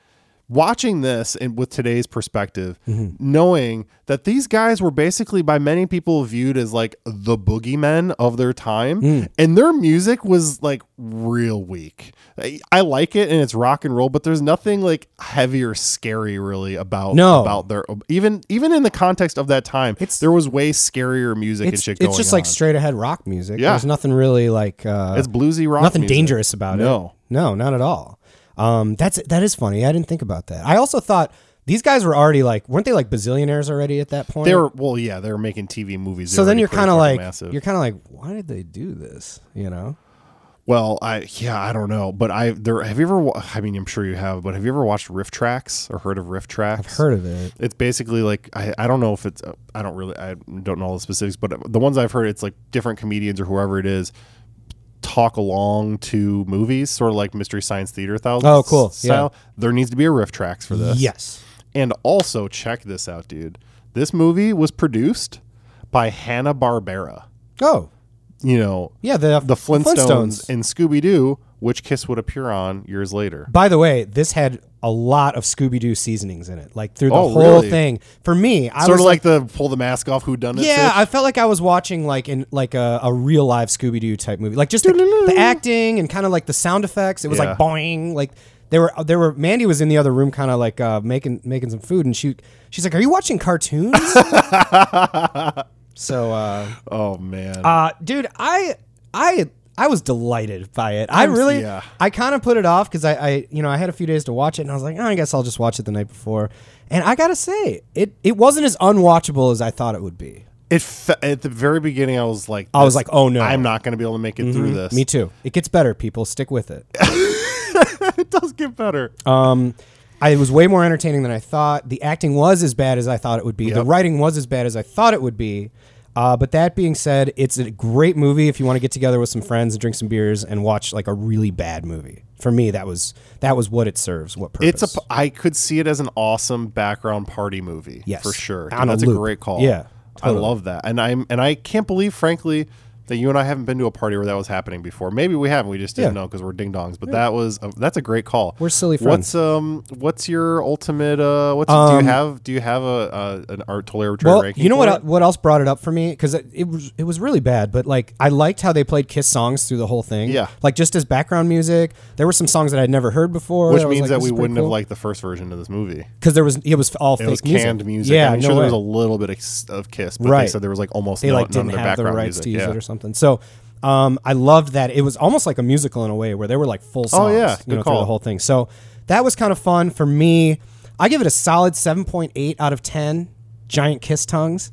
watching this and with today's perspective,
Mm-hmm.
knowing that these guys were basically by many people viewed as like the boogeymen of their time,
Mm.
and their music was like real weak. I, I like it and it's rock and roll, but there's nothing like heavy or scary really about
No.
about their even even in the context of that time.
It's-
there was way scarier music and
it's,
shit.
it's
going
just
on.
like straight ahead rock music.
Yeah.
There's nothing really like uh,
It's bluesy rock.
nothing
music.
dangerous about
No.
it. No, not at all. Um, that's that is funny. I didn't think about that. I also thought these guys were already like, weren't they like bazillionaires already at that point?
They were well, yeah, they were making TV movies. They
so
were
then
already
you're
pretty
kind of
fucking
like
massive.
you're kind of like why did they do this you know
well, I yeah, I don't know, but I there have you ever? wa- I mean, I'm sure you have, but have you ever watched Riff Tracks or heard of Riff Tracks?
heard of it
It's basically like I, I don't know if it's uh, I don't really I don't know all the specifics, but the ones I've heard, it's like different comedians or whoever it is talk along to movies, sort of like Mystery Science Theater thousand.
Oh, cool.
Style. There needs to be a Riff Tracks for this.
yes
And also check this out, dude. This movie was produced by Hanna Barbera.
oh
you know,
yeah the
the Flintstones,
Flintstones.
and Scooby Doo, which Kiss would appear on years later.
by the way this had a lot of Scooby-Doo seasonings in it like through the
Oh,
whole
really?
thing for me I
Sort
was
of like, the pull the mask off, who done it?
yeah I felt like I was watching like in like a, a real live Scooby-Doo type movie like just the, the acting and kind of like the sound effects it was
Yeah.
like boing like they were they were Mandy was in the other room kind of like uh, making making some food and she she's like are you watching cartoons so uh
Oh man,
Uh, dude, I I I was delighted by it. I really,
yeah.
I kind of put it off because I, I, you know, I had a few days to watch it, and I was like, oh, I guess I'll just watch it the night before. And I gotta say, it it wasn't as unwatchable as I thought it would be.
it fe- at the very beginning, I was like,
I was
this-
like, oh no,
I'm not going to be able to make it through this.
me too. It gets better. People stick with it.
it does get better.
Um, I it was way more entertaining than I thought. The acting was as bad as I thought it would be. The
Yep.
writing was as bad as I thought it would be. Uh, but that being said, it's a great movie if you want to get together with some friends and drink some beers and watch like a really bad movie. For me, that was that was what it serves. What purpose?
It's a. p- I could see it as an awesome background party movie.
Yes.
for sure.
On a
that's
loop.
a great call.
Yeah,
I love that, and I'm and I can't believe, frankly, that you and I haven't been to a party where that was happening before. Maybe we haven't. We just didn't
Yeah.
know because we're ding dongs. But that was a, that's a great call.
We're silly
What's um What's your ultimate? Uh, what's do you have? Do you have a uh, an art totally arbitrary
Um, well,
ranking?
you know
for
what?
it?
el- What else brought it up for me? Because it, it was it was really bad, but like I liked how they played Kiss songs through the whole thing.
Yeah.
like just as background music. There were some songs that I'd never heard before,
Which means that we wouldn't have liked the first version of this movie.
because there was it was all
It
fake
was
music.
canned music.
Yeah,
I mean,
no
sure
way.
there was a little bit ex- of Kiss, but they
Right.
said there was like almost
they
no,
like
none
didn't
of their
have the
background
rights
music.
to use
yeah.
it or something. So um, I loved that it was almost like a musical in a way where there were like full songs,
Oh, yeah. Good
you know, through
call.
the whole thing. So that was kind of fun for me. I give it a solid seven point eight out of ten. Giant kiss tongues,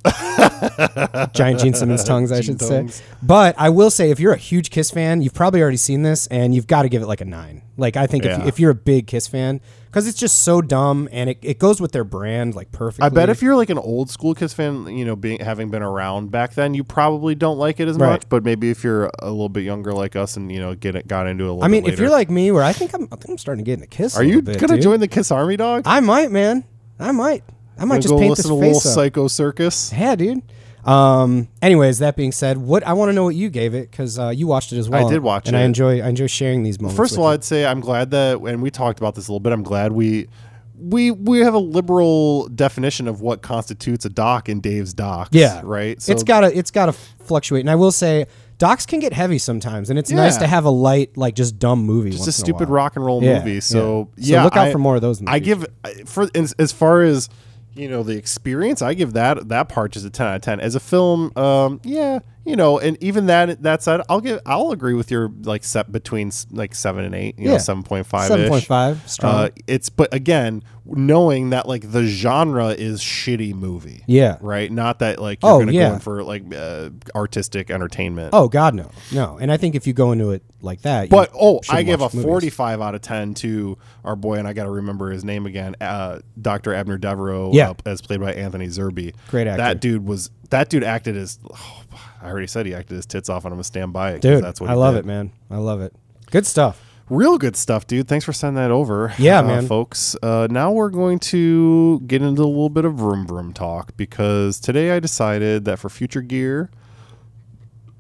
giant Gene Simmons tongues, I should
tongues.
say. But I will say, if you're a huge Kiss fan, you've probably already seen this, and you've got to give it like a nine. Like I think if,
Yeah.
if you're a big Kiss fan, because it's just so dumb and it, it goes with their brand like perfectly.
I bet if you're like an old school Kiss fan, you know, being having been around back then, you probably don't like it as
Right.
much. But maybe if you're a little bit younger like us and you know get it got into it a little.
I mean,
bit
if you're
later.
like me, where I think I'm, I think I'm starting to get into Kiss.
are you gonna
dude.
join the Kiss Army, dog?
I might, man. I might. I might
Gonna
just
go
paint
listen
this
to Little
face up.
Psycho Circus.
Yeah, dude. Um. Anyways, that being said, what I want to know what you gave it because uh, you watched it as well.
did watch
and
it.
I enjoy I enjoy sharing these moments.
First of
with
all, I'd say I'm glad that, and we talked about this a little bit. I'm glad we. We, we have a liberal definition of what constitutes a doc in Dave's docs.
you. yeah,
Right.
it's gotta it's gotta fluctuate, and I will say docs can get heavy sometimes, and it's nice
Yeah.
to have a light like just dumb movie.
It's
once
a
in
stupid
while.
rock and roll
Yeah,
movie.
yeah.
So
So
yeah,
look out
I-
for more of those in the
I
future.
give I- for as, as far as you know the experience, I give that that part just a ten out of ten. As a film, um, yeah, you know, and even that that said, I'll give I'll agree with your like set between s- like seven and eight, you know,
Yeah.
seven point five,
Seven point five strong.
Uh, it's but again, knowing that like the genre is shitty movie,
Yeah.
right. Not that like you're
Oh,
gonna go
yeah.
in for like uh, artistic entertainment.
oh God, no, no. And I think if you go into it like that, you
But oh, I
shouldn't
give a
watch movies.
45 out of 10 to our boy, and I got to remember his name again, uh, Dr. Abner Devereaux,
Yeah.
uh, as played by Anthony Zerbe.
Great actor.
That dude was that dude acted as oh, I already said he acted his tits off, and I'm gonna stand by it. 'cause
dude,
that's what
I
he
love
did.
it, man. I love it. Good stuff.
Real good stuff, dude. Thanks for sending that over.
Yeah,
uh,
man.
Folks, uh, now we're going to get into a little bit of room room talk because today I decided that for future gear,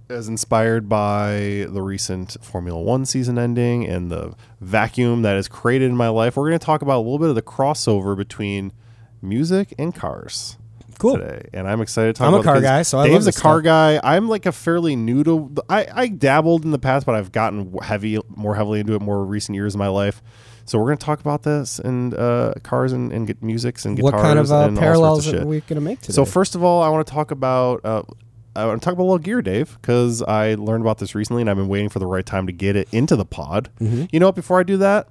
as inspired by the recent Formula One season ending and the vacuum that is created in my life, we're going to talk about a little bit of the crossover between music and cars
Cool.
today, and I'm excited to talk.
I'm a
about it
car
because
guy, so I love
Dave's
this
a car guy. I'm like a fairly new to. I I dabbled in the past, but I've gotten w- heavy, more heavily into it more recent years of my life. So we're gonna talk about this and uh, cars and and get musics and guitars
what kind of uh,
and all
parallels
sorts of
are
shit.
we going to make today?
So first of all, I want to talk about uh, I want to talk about a little gear, Dave, because I learned about this recently, and I've been waiting for the right time to get it into the pod.
Mm-hmm.
You know what? Before I do that,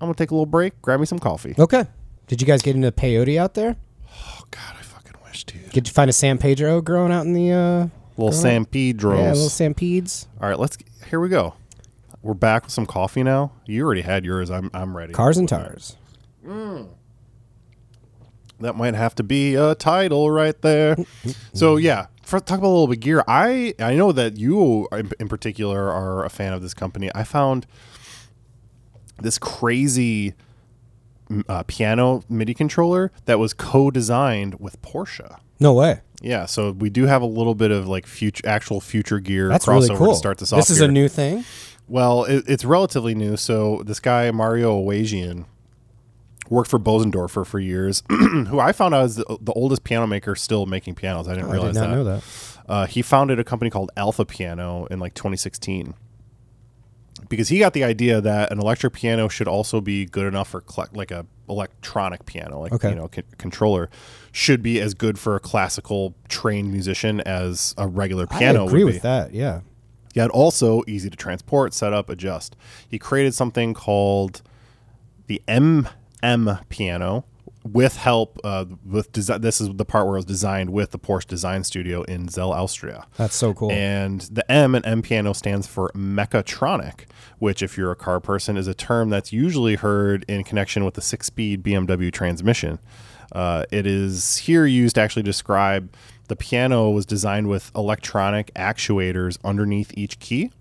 I'm gonna take a little break, grab me some coffee.
okay. Did you guys get into peyote out there?
Oh God, I fucking wish, dude.
Did you find a San Pedro growing out in the uh,
Little San Pedro's.
yeah, little Sampedes?
All right, let's. Here we go. We're back with some coffee now. You already had yours. I'm I'm ready.
Cars and tars.
that might have to be a title right there. so yeah, for, talk about a little bit gear. I I know that you in, in particular are a fan of this company. I found this crazy m- uh, piano MIDI controller that was co-designed with Porsche.
No way.
Yeah, so we do have a little bit of like future actual future gear
That's
crossover
really cool.
to start this off.
is
here.
a new thing.
Well, it, it's relatively new. So this guy Mario Awasian worked for Bosendorfer for years, who I found out is the, the oldest piano maker still making pianos. I didn't
Oh, I did
realize
not
that.
know that.
Uh, he founded a company called Alpha Piano in like 2016 because he got the idea that an electric piano should also be good enough for cl- like a electronic piano, like
Okay.
you know, c- controller should be as good for a classical trained musician as a regular piano.
I agree
would be
with that. Yeah.
yet also easy to transport, set up, adjust. He created something called the MM piano, with help uh, with desi- this is the part where it was designed with the Porsche Design Studio in Zell, Austria.
That's so cool.
And the M in M piano stands for mechatronic, which, if you're a car person, is a term that's usually heard in connection with the six speed BMW transmission. Uh, it is here used to actually describe the piano was designed with electronic actuators underneath each key.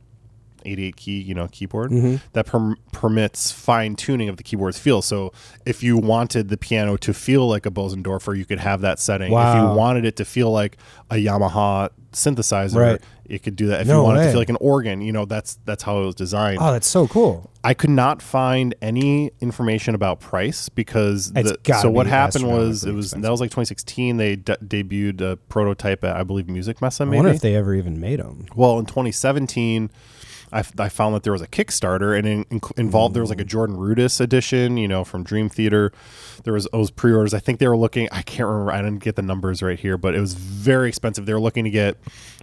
88 key, you know, keyboard that perm- permits fine tuning of the keyboard's feel. So if you wanted the piano to feel like a Bosendorfer, you could have that setting. If
Wow.
you wanted it to feel like a Yamaha synthesizer,
Right.
it could do that. If
No
you wanted it
way.
to feel like an organ, you know, that's that's how it was designed.
oh, that's so cool.
I could not find any information about price because
It's
the,
gotta
so what
be
happened was
astronomically
it was that
expensive.
was like 2016 they de- debuted a prototype at I believe Music Messa
I wonder
maybe.
if they ever even made them.
Well, in 2017, I, f- I found that there was a Kickstarter and it in- involved there was like a Jordan Rudess edition, you know, from Dream Theater. There was those pre-orders. I think they were looking. I can't remember. I didn't get the numbers right here, but it was very expensive. They were looking to get,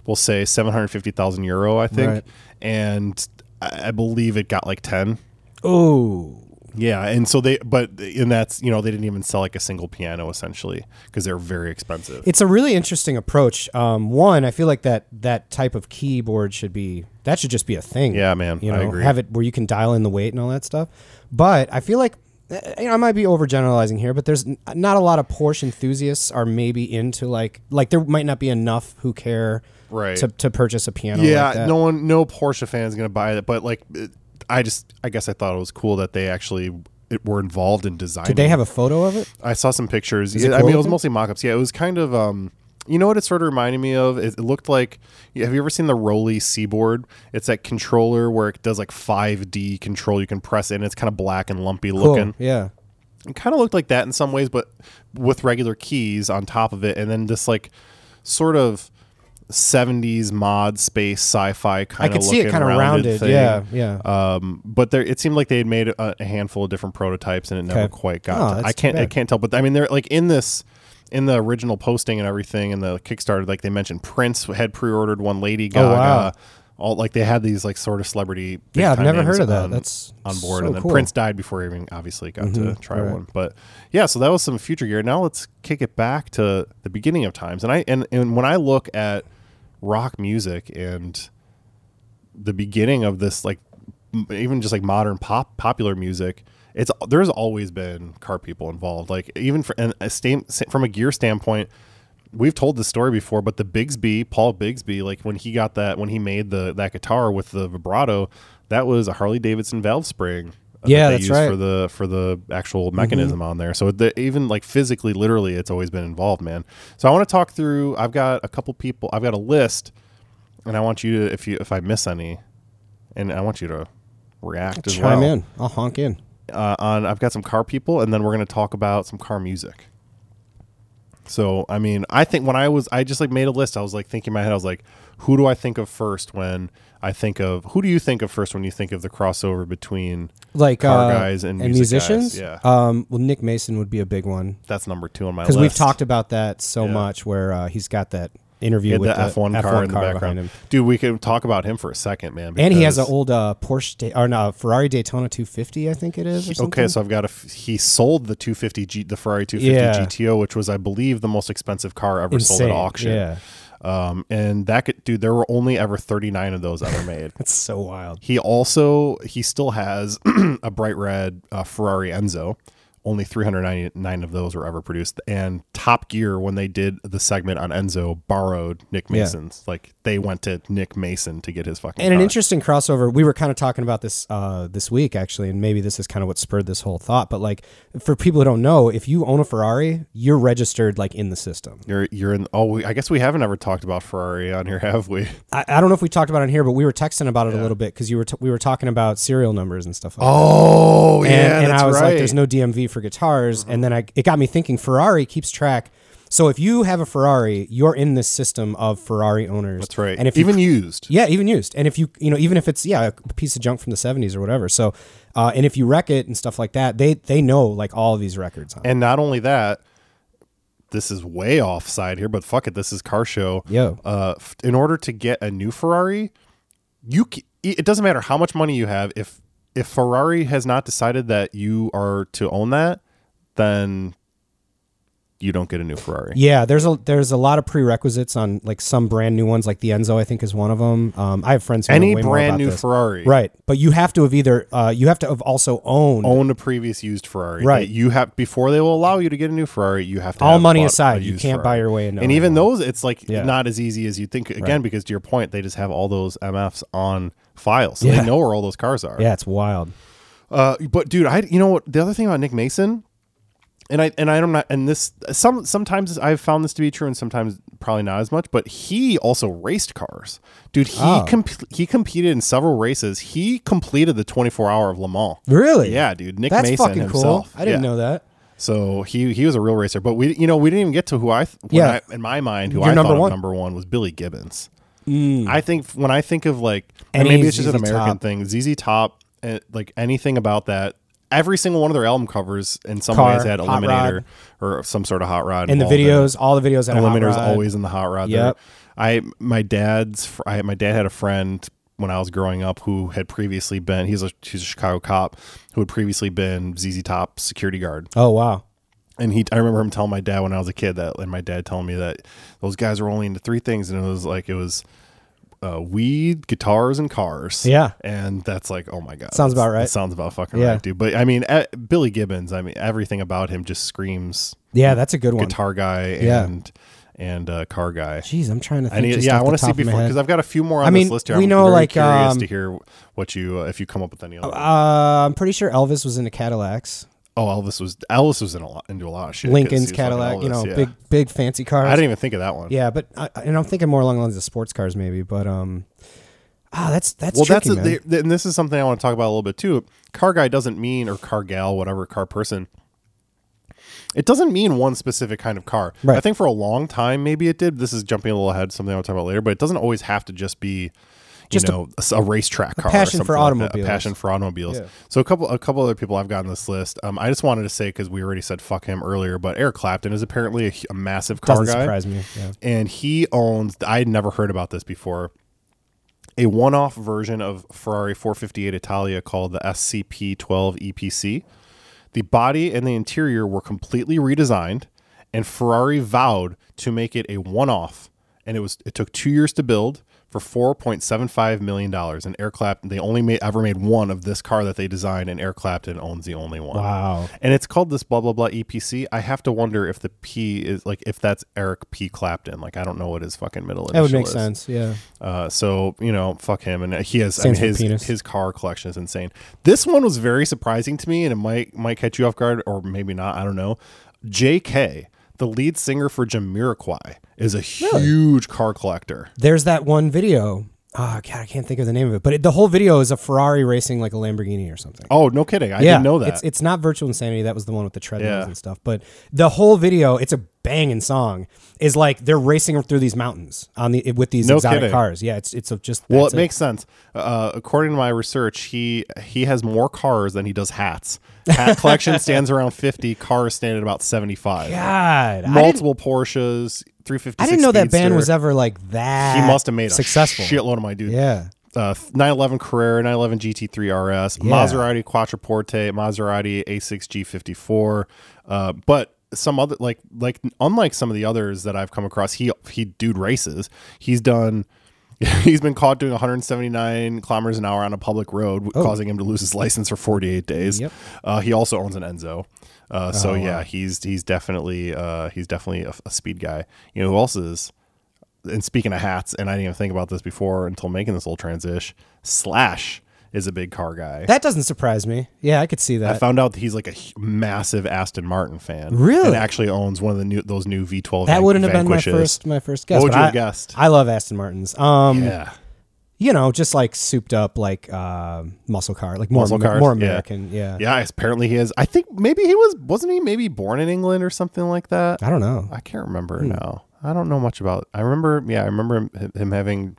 we'll say, 750,000 euro, I think,
Right.
and I, I believe it got like 10.
Oh,
Yeah, and so they, but and that's you know they didn't even sell like a single piano essentially because they're very expensive.
it's a really interesting approach. Um, one, I feel like that that type of keyboard should be that should just be a thing.
Yeah, man,
you know,
I agree.
have it where you can dial in the weight and all that stuff. But I feel like uh, you know, I might be overgeneralizing here, but there's n- not a lot of Porsche enthusiasts are maybe into like like there might not be enough who care
Right.
to, to purchase a piano. like
Yeah,
that.
no one, no Porsche fan is gonna buy it. But like, it- I just, I guess I thought it was cool that they actually it, were involved in designing.
Did they have a photo of it?
I saw some pictures.
it
Yeah, I mean,
cool
it was
looking?
mostly mock-ups. Yeah, it was kind of, um, you know what it sort of reminded me of? It, it looked like. Have you ever seen the Roly Seaboard? It's that controller where it does like 5D control. You can press it, and it's kind of black and lumpy looking
Cool. Oh, Yeah.
it kind of looked like that in some ways, but with regular keys on top of it, and then this like sort of '70s mod space sci-fi kind of.
I could see it kind of rounded. Yeah, yeah.
Um, but there, it seemed like they had made a, a handful of different prototypes, and it never
Okay.
quite
Oh,
got. to,
that's
I
too
can't. I
bad.
can't tell. But I mean, they're like in this. In the original posting and everything, and the Kickstarter, like they mentioned, Prince had pre-ordered one Lady Gaga.
Oh, wow.
All like they had these like sort of celebrity. big
Yeah, I've
time
never
names um,
heard of that.
on-
That's
on board, and
so
then
cool. Mm-hmm.
Prince died before he even obviously got to try
right.
one. But yeah, so that was some future gear. Now let's kick it back to the beginning of times. And I and, and when I look at rock music and the beginning of this, like m- even just like modern pop popular music, it's there's always been car people involved. Like even for, and a stam, from a gear standpoint. We've told this story before, but the Bigsby, Paul Bigsby, like when he got that, when he made the that guitar with the vibrato, that was a Harley Davidson valve spring uh, that
Yeah,
they
that's
use
right. Mm-hmm.
for the for the actual mechanism on there. So the, even like physically, literally, it's always been involved, man. So I want to talk through. I've got a couple people. I've got a list, and I want you to if you if I miss any, and I want you to react as
Chime
well.
in. I'll honk in.
Uh, on I've got some car people, and then we're gonna talk about some car music. So I mean, I think when I was, I just like made a list. I was like thinking in my head, I was like, who do I think of first when I think of who do you think of first when you think of the crossover between
Like
Car
uh,
guys and music guys,
musicians.
yeah.
Um, well, Nick Mason would be a big one
that's number two on my list
because we've talked about that so
Yeah.
much. Where uh, he's got that
He
interview
had
with
the F one car in the
behind
background,
him,
dude. We could talk about him for a second, man.
and he has an
because-
old uh, Porsche da- or no Ferrari Daytona 250, I think it is. Or something.
Okay, so I've got a. F- he sold the 250 G, the Ferrari 250
Yeah.
GTO, which was, I believe, the most expensive car ever sold
Insane,
at auction.
yeah.
Um, and that could, dude, there were only ever 39 of those ever made.
that's so wild.
He also he still has a bright red uh, Ferrari Enzo. Only 399 of those were ever produced. And Top Gear, when they did the segment on Enzo, borrowed Nick Mason's. Like they went to Nick Mason to get his fucking.
And an
car.
interesting crossover. We were kind of talking about this uh, this week, actually, and maybe this is kind of what spurred this whole thought. But like, for people who don't know, if you own a Ferrari, you're registered like in the system.
you're you're in. Oh, we, I guess we haven't ever talked about Ferrari on here, have we?
I, I don't know if we talked about it here, but we were texting about it a little bit because you were t- we were talking about serial numbers and stuff. like that.
Oh,
and, and I was like, "There's no DMV for guitars,"
Mm-hmm.
and then I, it got me thinking. Ferrari keeps track, so if you have a Ferrari, you're in this system of Ferrari owners.
That's right.
and if you
even used.
yeah, even used. And if you, you know, even if it's yeah, a piece of junk from the '70s or whatever. So, uh, and if you wreck it and stuff like that, they they know like all of these records. On it.
And not only that, this is way offside here, but fuck it, this is car show.
Yeah.
Uh, f- in order to get a new Ferrari, you c- it doesn't matter how much money you have if if Ferrari has not decided that you are to own that, then you don't get a new Ferrari.
Yeah, there's a there's a lot of prerequisites on like some brand new ones, like the Enzo, I think is one of them. Um, I have friends who
Any
know way more
brand
about
new
this.
Ferrari,
right? But you have to have either uh, you have to have also owned
own a previous used Ferrari.
Right.
You have before they will allow you to get a new Ferrari. You have to
all
have
money
bought a
aside. You
used
can't
Ferrari.
buy your way in.
and even those, it's like
Yeah.
not as easy as you think. Again, because to your point, they just have all those MFs on file, so
Yeah.
they know where all those cars are.
yeah, it's wild.
Uh, but dude, I you know what? The other thing about Nick Mason, and I and I'm not and this some sometimes I've found this to be true, and sometimes probably not as much. But he also raced cars, dude. He
Oh.
comp- he competed in several races. He completed the 24 hour of Le Mans.
Really?
Yeah, dude. Nick
That's
Mason
fucking
himself.
cool. I didn't
Yeah.
know that.
So he he was a real racer, but we you know we didn't even get to who I th- when
Yeah.
I, in my mind who
Your
I
number
thought of
one? Mm.
number one was Billy Gibbons. I think when I think of like and
Any
maybe it's just an
ZZ
American
Top.
thing ZZ Top uh, like anything about that every single one of their album covers in some
Car,
ways had
hot
Eliminator
rod.
or some sort of hot rod
And the
involved in it.
videos, all the videos that
Eliminator's always in the hot rod. there.
Yep.
I my dad's fr- I my dad had a friend when I was growing up who had previously been he's a he's a Chicago cop who had previously been ZZ Top security guard
Oh wow.
and he I remember him telling my dad when I was a kid that and my dad telling me that those guys were only into three things and it was like it was uh, weed, guitars, and cars.
Yeah.
and that's like, oh my god, that's-
Sounds about right.
that sounds about fucking
Yeah.
right, dude. But I mean, eh, Billy Gibbons. I mean, everything about him just screams
Yeah, that's a good one.
guitar guy
Yeah.
and and uh, car guy.
Jeez, I'm trying to
I
think.
need,
just
yeah, I
off
want
the
to see
top of my
before
head.
because I've got a few more on
I
this
mean,
list here.
we
I'm
know,
very
like,
curious
um,
to hear what you uh, if you come up with any other.
Uh, I'm pretty sure Elvis was into Cadillacs,
oh, Elvis was Elvis was in a lot into a lot of shit. 'cause
Lincoln's
he was fucking
Cadillac. you
Elvis,
know,
yeah.
big big fancy cars.
I didn't even think of that one.
yeah, but I, and I'm thinking more along the lines of sports cars, maybe. But um, ah, that's that's
Well, that's
tricky,
a,
man.
they, th- and this is something I want to talk about a little bit too. Car guy doesn't mean or car gal, whatever car person. It doesn't mean one specific kind of car.
Right.
I think for a long time maybe it did. This is jumping a little ahead. Something I'll talk about later, but it doesn't always have to just be, you
Just a-
know, a s- a, racetrack car. or
passion
something
for
like that, a
automobiles.
passion for automobiles.
Yeah.
So a couple, a couple other people I've got on this list. Um, I just wanted to say because we already said fuck him earlier, but Eric Clapton is apparently a, hu- a massive car
Doesn't
guy
surprise me. Yeah.
and he owns I had never heard about this before a one-off version of Ferrari 458 Italia called the SCP 12 EPC. The body and the interior were completely redesigned and Ferrari vowed to make it a one-off and it was it took 2 years to build for 4.75 million dollars and Air Clapton they only made ever made one of this car that they designed and Air Clapton owns the only one.
Wow.
And it's called this blah blah blah EPC. I have to wonder if the P is like if that's Eric P Clapton. Like I don't know what his fucking middle
That would
initial
make
is.
sense. Yeah.
Uh, so you know, fuck him. And he has I mean,
Stands for
his
penis.
his car collection is insane. This one was very surprising to me, and it might might catch you off guard, or maybe not. I don't know. J.K. The lead singer for Jamiroquai is a huge car collector.
There's that one video. Oh God, I can't think of the name of it. But it, the whole video is a Ferrari racing like a Lamborghini or something.
Oh, no kidding! I
yeah,
didn't know that.
It's, it's not virtual insanity. That was the one with the treadmills
Yeah.
and stuff. But the whole video, it's a banging song. Is like they're racing through these mountains on the with these
No
exotic
kidding.
cars. Yeah, it's it's a, just
Well,
that's
it makes sense. Uh, according to my research, he he has more cars than he does hats. Hat collection stands around fifty. Cars stand at about seventy five.
God. I didn't,
Multiple Porsches, three fifty.
I didn't know that band was ever like that.
He must have made a
successful.
shitload of my dude.
Yeah,
Uh, 911 Carrera, 911 GT3 RS,
Yeah.
Maserati Quattroporte, Maserati A6G54. Uh, but some other like like unlike some of the others that I've come across, he he dude races. He's done. He's been caught doing 179 kilometers an hour on a public road, causing him to lose his license for 48 days.
Oh. Yep. Oh,
Uh, he also owns an Enzo, uh, so yeah, he's he's definitely uh, he's definitely a, a speed guy. You know who else is? and speaking of hats, and I didn't even think about this before until making this little transition. Slash is a big car guy.
that doesn't surprise me. Yeah, I could see
I
that.
found out that he's like a hu- massive Aston Martin fan.
Really?
and actually owns one of the new those new V12.
that
Van-
wouldn't have been my
Vanquishes.
first my first guess.
would
but
you
I,
have guessed?
I love Aston Martins. Um,
Yeah,
you know, just like souped up like uh, muscle car, like more
Muscle
Amer-
cars,
more
yeah.
American. Yeah.
yeah. Apparently he is. I think maybe he was. Wasn't he maybe born in England or something like that?
I don't know.
I can't remember
Hmm.
now. I don't know much about. I remember. Yeah, I remember him, him having.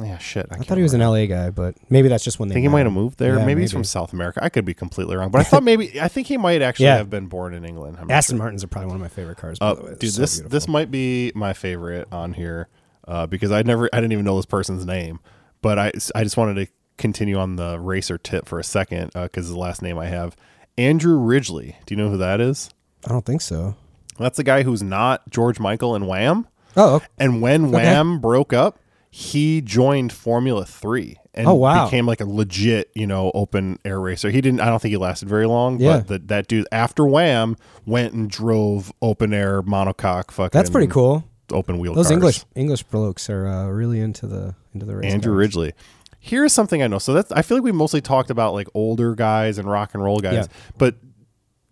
Yeah, shit. I,
I thought he was an LA guy, but maybe that's just when they.
I think he
met
might have
him.
moved there.
Yeah,
maybe, he's from
maybe.
South America. I could be completely wrong, but I thought maybe I think he might actually
Yeah.
have been born in England. I'm not
Aston Martins are probably one of my favorite cars. By
Uh,
the way, They're
dude,
so
this
beautiful.
this might be my favorite on here uh, because I never I didn't even know this person's name, but I I just wanted to continue on the racer tip for a uh, second because the last name I have Andrew Ridgely. Do you know who that is?
I don't think so.
That's the guy who's not George Michael and Wham.
Oh, okay.
And when Wham broke up, he joined Formula Three and
Oh, wow.
became like a legit, you know, open air racer. He didn't I don't think he lasted very long,
Yeah.
but that that dude after Wham went and drove open air monocoque fucking
that's pretty cool.
Open wheel
Those
cars.
English English blokes are uh, really into the into the race.
Andrew
cars.
Ridgely. Here's something I know. So that's I feel like we mostly talked about like older guys and rock and roll guys,
Yeah.
but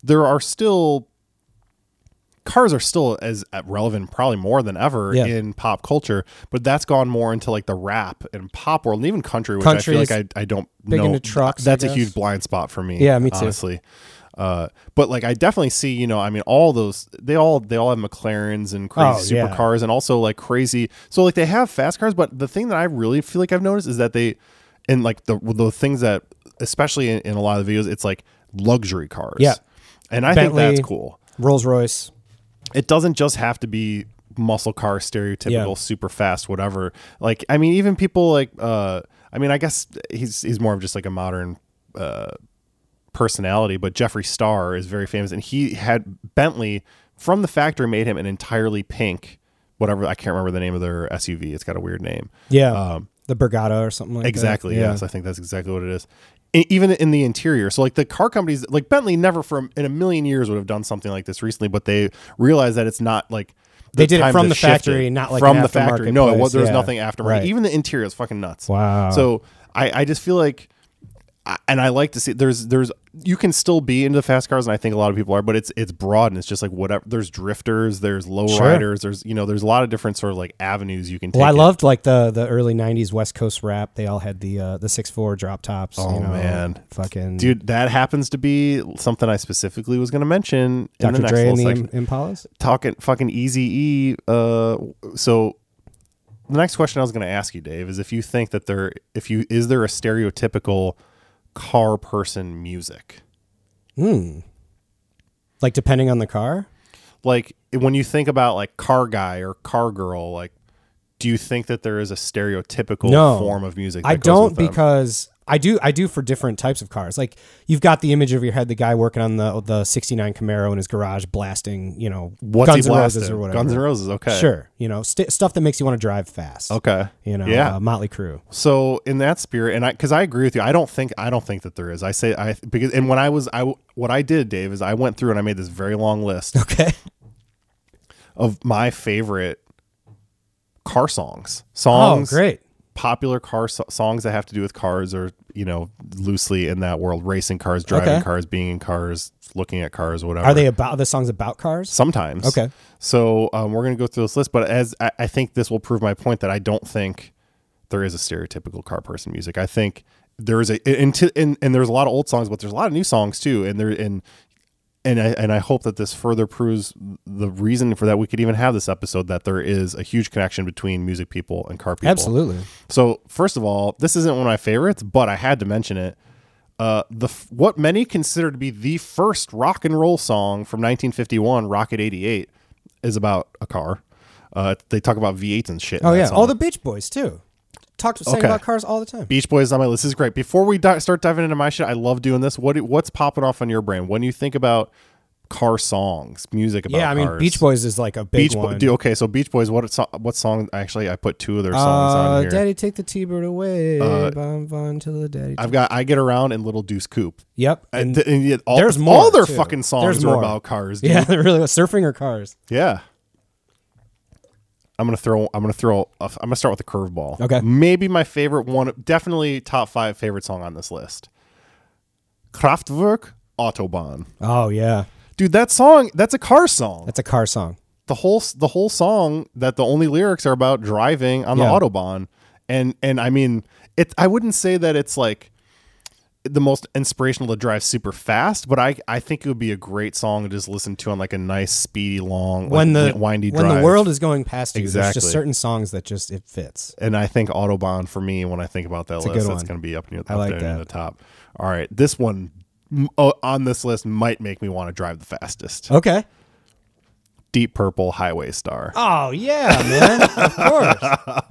there are still cars are still as uh, relevant probably more than ever
Yeah.
in pop culture but that's gone more into like the rap and pop world and even country which
Country
i
is
feel like i, I don't
big
know
into trucks, I
that's a
guess.
huge blind spot for me
Yeah, me too.
honestly uh, but like i definitely see you know i mean all those they all they all have mclarens and crazy
Oh, yeah.
supercars and also like crazy so like they have fast cars but the thing that i really feel like i've noticed is that they and like the the things that especially in, in a lot of the videos it's like luxury cars
Yeah.
and i
Bentley.
think that's cool
Rolls Royce.
it doesn't just have to be muscle car stereotypical
Yeah.
super fast whatever like i mean even people like uh i mean i guess he's he's more of just like a modern uh personality but jeffree star is very famous and he had bentley from the factory made him an entirely pink whatever i can't remember the name of their suv it's got a weird name
Yeah,
um
the Bergata or something like
Exactly.
that.
Yes, I think that's exactly what it is. E- even in the interior, so like the car companies, like Bentley, never from in a million years would have done something like this recently, but they realized that it's not like
They did it
time
from
to
the
shift
factory, not like
from
an
the factory.
aftermarket
No, it
place.
was there was
Yeah.
nothing aftermarket.
Right.
Even the interior is fucking nuts.
Wow.
So I I just feel like. I- And I like to see there's there's you can still be into fast cars and I think a lot of people are but it's it's broad and it's just like whatever there's drifters there's lowriders there's you know there's a lot of different sort of like avenues you can take
Well, I
it.
loved like the the early '90s West Coast rap. They all had the uh, the six four drop tops.
Oh,
you know,
man.
fucking
dude that happens to be something i specifically was going to mention in the
Dr.
next
Dre
little
and the
section.
Im- Impalas.
talking fucking easy e uh so the next question i was going to ask you dave is if you think that there if you is there a stereotypical car person music
Like depending on the car.
like when you think about like car guy or car girl like do you think that there is a stereotypical
No.
form of music
I
that goes
don't
with um, them?
because I do I do for different types of cars. Like you've got the image of your head, the guy working on the the '69 Camaro in his garage, blasting you know
what's
Guns
he
N'
blasting?
Roses or whatever.
guns and roses okay
Sure, you know st- stuff that makes you want to drive fast.
okay
You know,
yeah
uh, Motley Crue.
So in that spirit, and I, because I agree with you, I don't think I don't think that there is. I say I because and when I was I what I did, Dave, is I went through and I made this very long list
Okay.
of my favorite car songs, songs,
Oh, great.
popular car so- songs that have to do with cars or you know loosely in that world, racing cars, driving
Okay.
cars, being in cars, looking at cars, whatever.
Are they about the songs about cars?
sometimes?
Okay.
So um, we're gonna go through this list, but as I, I think this will prove my point that I don't think there is a stereotypical car person music. I think there is a and, to- and and there's a lot of old songs, but there's a lot of new songs too, and there and and I and I hope that this further proves the reason for that we could even have this episode that there is a huge connection between music people and car people.
Absolutely.
So first of all, this isn't one of my favorites, but I had to mention it. Uh, the f- what many consider to be the first rock and roll song from 1951, "Rocket '88," is about a car. Uh, they talk about V8s and shit. in
Oh
that
yeah.
song.
All the Beach Boys too. Talked sang
Okay.
about cars all the time.
Beach Boys is on my list. This is great. Before we di- start diving into my shit, I love doing this. What do- what's popping off on your brain when you think about car songs, music about
yeah, I mean
cars?
Beach Boys is like a big
Beach Bo-
one.
do- okay, so Beach Boys. What so- what song? Actually, I put two of their songs on
uh,
here.
Daddy, take the T-bird away. Bon bon till the daddy.
I've got I get around and Little Deuce Coupe.
yep.
And, th- and yet all,
there's
all
more,
their
too.
fucking
There's
songs are
more.
about cars. Dude.
yeah,
Yeah,
they're really surfing or cars.
I'm gonna throw. I'm gonna throw. a f- I'm gonna start with a curveball.
Okay.
Maybe my favorite one. Definitely top five favorite song on this list. Kraftwerk Autobahn.
Oh yeah,
Dude, that song. That's a car song.
that's a car song.
the whole s- the whole song that the only lyrics are about driving on
Yeah.
the autobahn and and i mean it i wouldn't say that it's like the most inspirational to drive super fast but i i think it would be a great song to just listen to on like a nice speedy long like,
When the
windy
when
drive
the world is going past you, there's just
Exactly.
certain songs that just it fits.
and I think Autobahn for me when I think about that
a
list,
good
that's
one.
going to be up near
I
up
like
there near
that.
the top. All right, this one m- o- on this list might make me want to drive the fastest.
Okay.
Deep Purple Highway Star.
Oh yeah, man.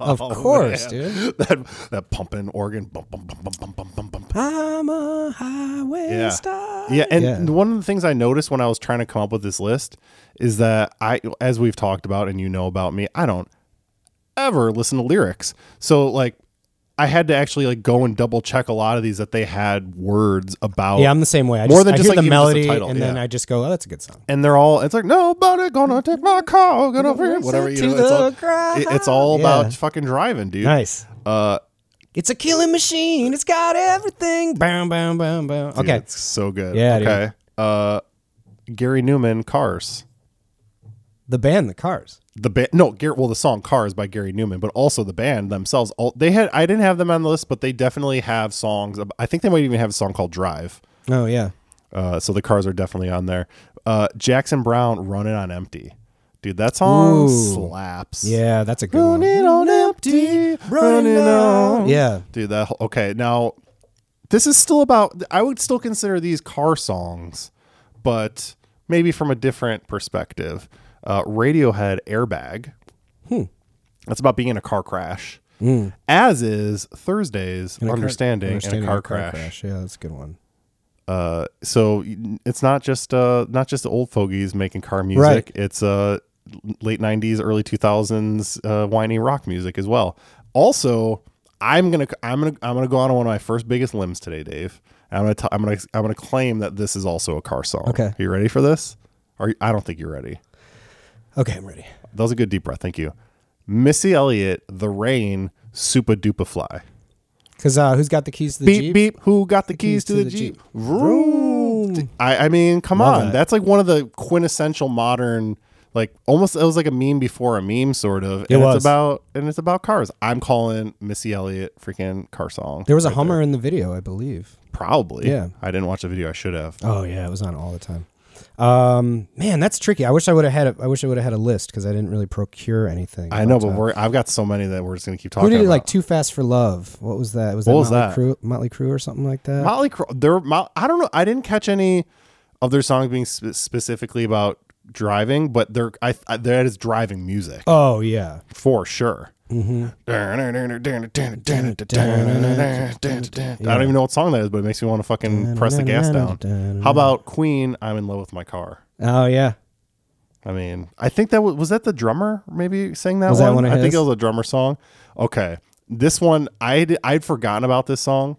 of
Oh,
course, of course, dude.
that that pumping organ. Bum, bum, bum, bum, bum, bum, bum, bum, bum, up.
I'm a highway
Yeah.
star.
Yeah, and
Yeah.
one of the things I noticed when I was trying to come up with this list is that I, as we've talked about and you know about me, I don't ever listen to lyrics. So like, I had to actually like go and double check a lot of these that they had words about.
Yeah, I'm the same way. I
Oh. More
just,
than
I
just,
hear
like,
the
even just the
melody,
title,
and then
yeah.
I just go, "Oh, that's a good song."
and they're all it's like nobody gonna take my car, gonna figure-" whatever you
To
know. It's
the
all,
ground.
it- it's all
Yeah.
about fucking driving, dude.
Nice.
Uh,
It's a killing machine. It's got everything. Bam, bam, bam, bam.
dude,
Okay.
it's so good.
Yeah, dude.
okay. Uh, Gary Newman, Cars.
The band, the Cars.
the band no Gar well the song cars by gary newman but also the band themselves all they had i didn't have them on the list but they definitely have songs ab- i think they might even have a song called drive
Oh yeah.
uh, so the cars are definitely on there uh, jackson brown running on empty dude that song
Ooh.
slaps
Yeah, that's a good one.
running on empty running on
Yeah.
dude that whole- okay now this is still about i would still consider these car songs but maybe from a different perspective uh, radiohead airbag hmm. that's about being in a car crash as is thursday's understanding, in a car, crash,
Yeah, that's a good one.
Uh, so it's not just uh, not just the old fogies making car music
Right.
it's uh, late 90s early 2000s uh, whiny rock music as well also i'm gonna i'm gonna i'm gonna go on one of my first biggest limbs today dave i'm gonna t- i'm gonna i'm gonna claim that this is also a car song
Okay.
are you ready for this are you, i don't think you're ready
Okay, I'm ready.
that was a good deep breath thank you missy elliott the rain super duper fly
Cause uh, who's got the keys to the
beep
Jeep?
beep who got the, keys, to the, jeep, Vroom. I, I mean come
Love
on
that.
that's like one of the quintessential modern like almost it was like a meme before a meme sort of and
was.
it's about and it's about cars i'm calling missy elliott freaking car song
There was a Hummer in the video, I believe.
probably
Yeah.
i didn't watch the video i should have
Oh yeah, it was on all the time. Um, man, that's tricky. I wish I would have had. A, I wish I would have had a list because I didn't really procure anything.
i
about
know but uh,
that.
we're i've got so many that we're just gonna keep talking
who did it
about.
like? Too fast for love. What was that? Was that
What was
Motley
that?
Crue? Motley Crue or something like that?
Motley Crue. There, Mot- I don't know. I didn't catch any of their songs being spe- specifically about driving, but they're I, I that is driving music
oh yeah.
for sure. I don't even know what song that is, but it makes me want to fucking press the gas down. How about Queen? I'm in love with my car.
Oh yeah.
I mean, I think that was, was that the drummer maybe sang that
Was
one.
that one of
I think it
his?
was a drummer song. Okay, this one I would I'd forgotten about this song,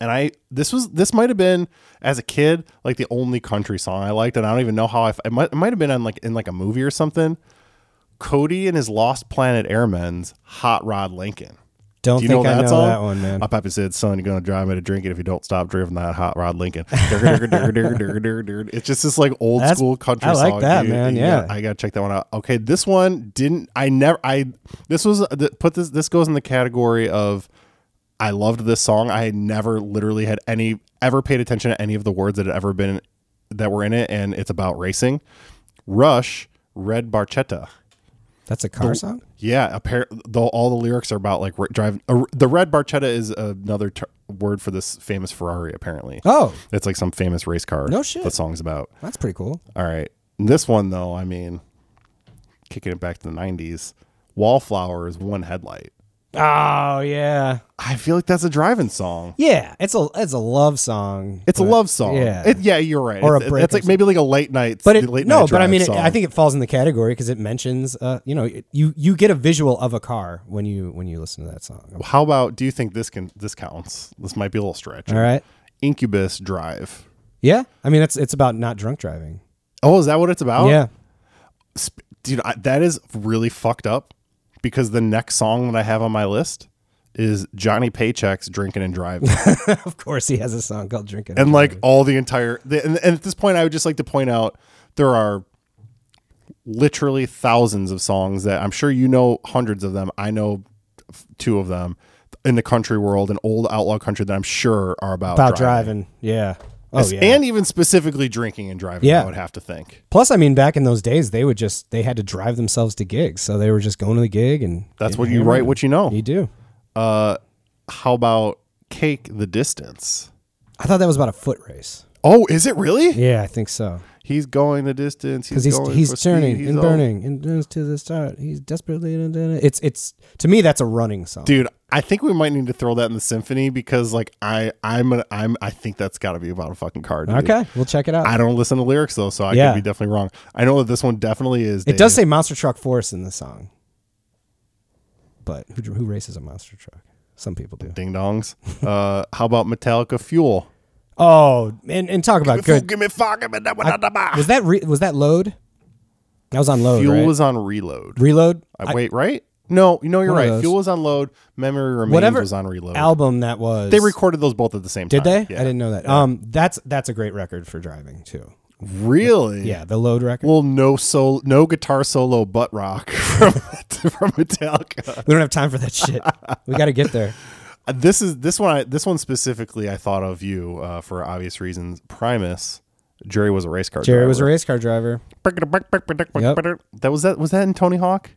and I this was this might have been as a kid like the only country song I liked, and I don't even know how I f- it might it might have been on like in like a movie or something. Cody and his Lost Planet Airmen's Hot Rod Lincoln.
Don't
Do you
think
know
I
that
know
song? Uh,
that one, man.
My pappy said, "Son, you're gonna drive me to drink it if you don't stop driving that hot rod Lincoln." it's just this like old
That's-
school country.
I like
song,
that,
dude.
man,
You
yeah.
gotta- I gotta check that one out. Okay, this one didn't. I never. I this was th- put this. This goes in the category of I loved this song. I had never literally had any ever paid attention to any of the words that had ever been that were in it, and it's about racing. Rush, Red Barchetta.
That's a car song.
Yeah, appar- though all the lyrics are about like r- drive. Uh, the red barchetta is another ter- word for this famous Ferrari. Apparently,
Oh,
it's like some famous race car.
No shit.
The song's about.
that's pretty cool.
All right, this one though, I mean, kicking it back to the '90s, Wallflower is one headlight.
Oh yeah.
I feel like that's a driving song.
Yeah, it's a it's a love song.
It's a
but-
love song.
Yeah.
It- yeah, you're right.
Or a
It's-
break
It's
or
like maybe like a late night.
but it,
late
no,
night
but I
drive
mean, it,
song.
I think it falls in the category because it mentions, uh, you know, it- you you get a visual of a car when you when you listen to that song.
How about? Do you think this can this counts? This might be a little stretch.
All right,
Incubus Drive.
yeah, I mean, it's it's about not drunk driving.
Oh, is that what it's about?
Yeah,
sp- dude, I, that is really fucked up because the next song that I have on my list is Johnny Paycheck's "Drinking and Driving,"
of course, he has a song called "Drinking."
and like all the entire. The, and, and at this point, I would just like to point out there are literally thousands of songs that I'm sure you know hundreds of them. I know f- two of them in the country world, an old outlaw country that I'm sure are about,
about driving. Yeah. Oh yeah.
and even specifically drinking and driving.
Yeah.
I would have to think.
Plus, I mean, back in those days, they would just they had to drive themselves to gigs, so they were just going to the gig, and
That's what you write, what you know.
you do.
Uh, how about Cake the Distance?
I thought that was about a foot race.
Oh, is it really?
Yeah, I think so.
He's going the distance.
because he's
going
he's,
for speed,
turning
he's
and
all-
burning and turns to the start. He's desperately. It's it's to me that's a running song.
Dude, I think we might need to throw that in the symphony because like I I'm an, I'm I think that's got to be about a fucking car. dude.
okay, we'll check it out.
I don't listen to lyrics though, so I
Yeah.
could be definitely wrong. I know that this one definitely is.
it does say monster truck force in the song, but who dr- who races a monster truck? Some people do.
ding dongs. Uh, how about Metallica Fuel?
Oh, and, and talk about
Fuel,
good.
give me fire, give me that one, da, da,
Was
da.
that re- was that load? That was on load.
Fuel
right?
was on reload.
reload.
Uh, Wait, right? No, you know you're
One of
right.
those.
Fuel was on load. Memory remains
Whatever
was on reload.
album that was.
they recorded those both at the same
Did they?
time. Yeah.
I didn't know that. Um, that's that's a great record for driving too.
Really?
Yeah, the load record.
Well, no solo, no guitar solo, butt rock from from Metallica.
we don't have time for that shit. we got to get there.
Uh, This is this one. I, this one specifically, I thought of you uh, for obvious reasons. Primus, Jerry was a race car.
Jerry
driver.
was a race car driver. Yep.
That was that. Was that in Tony Hawk?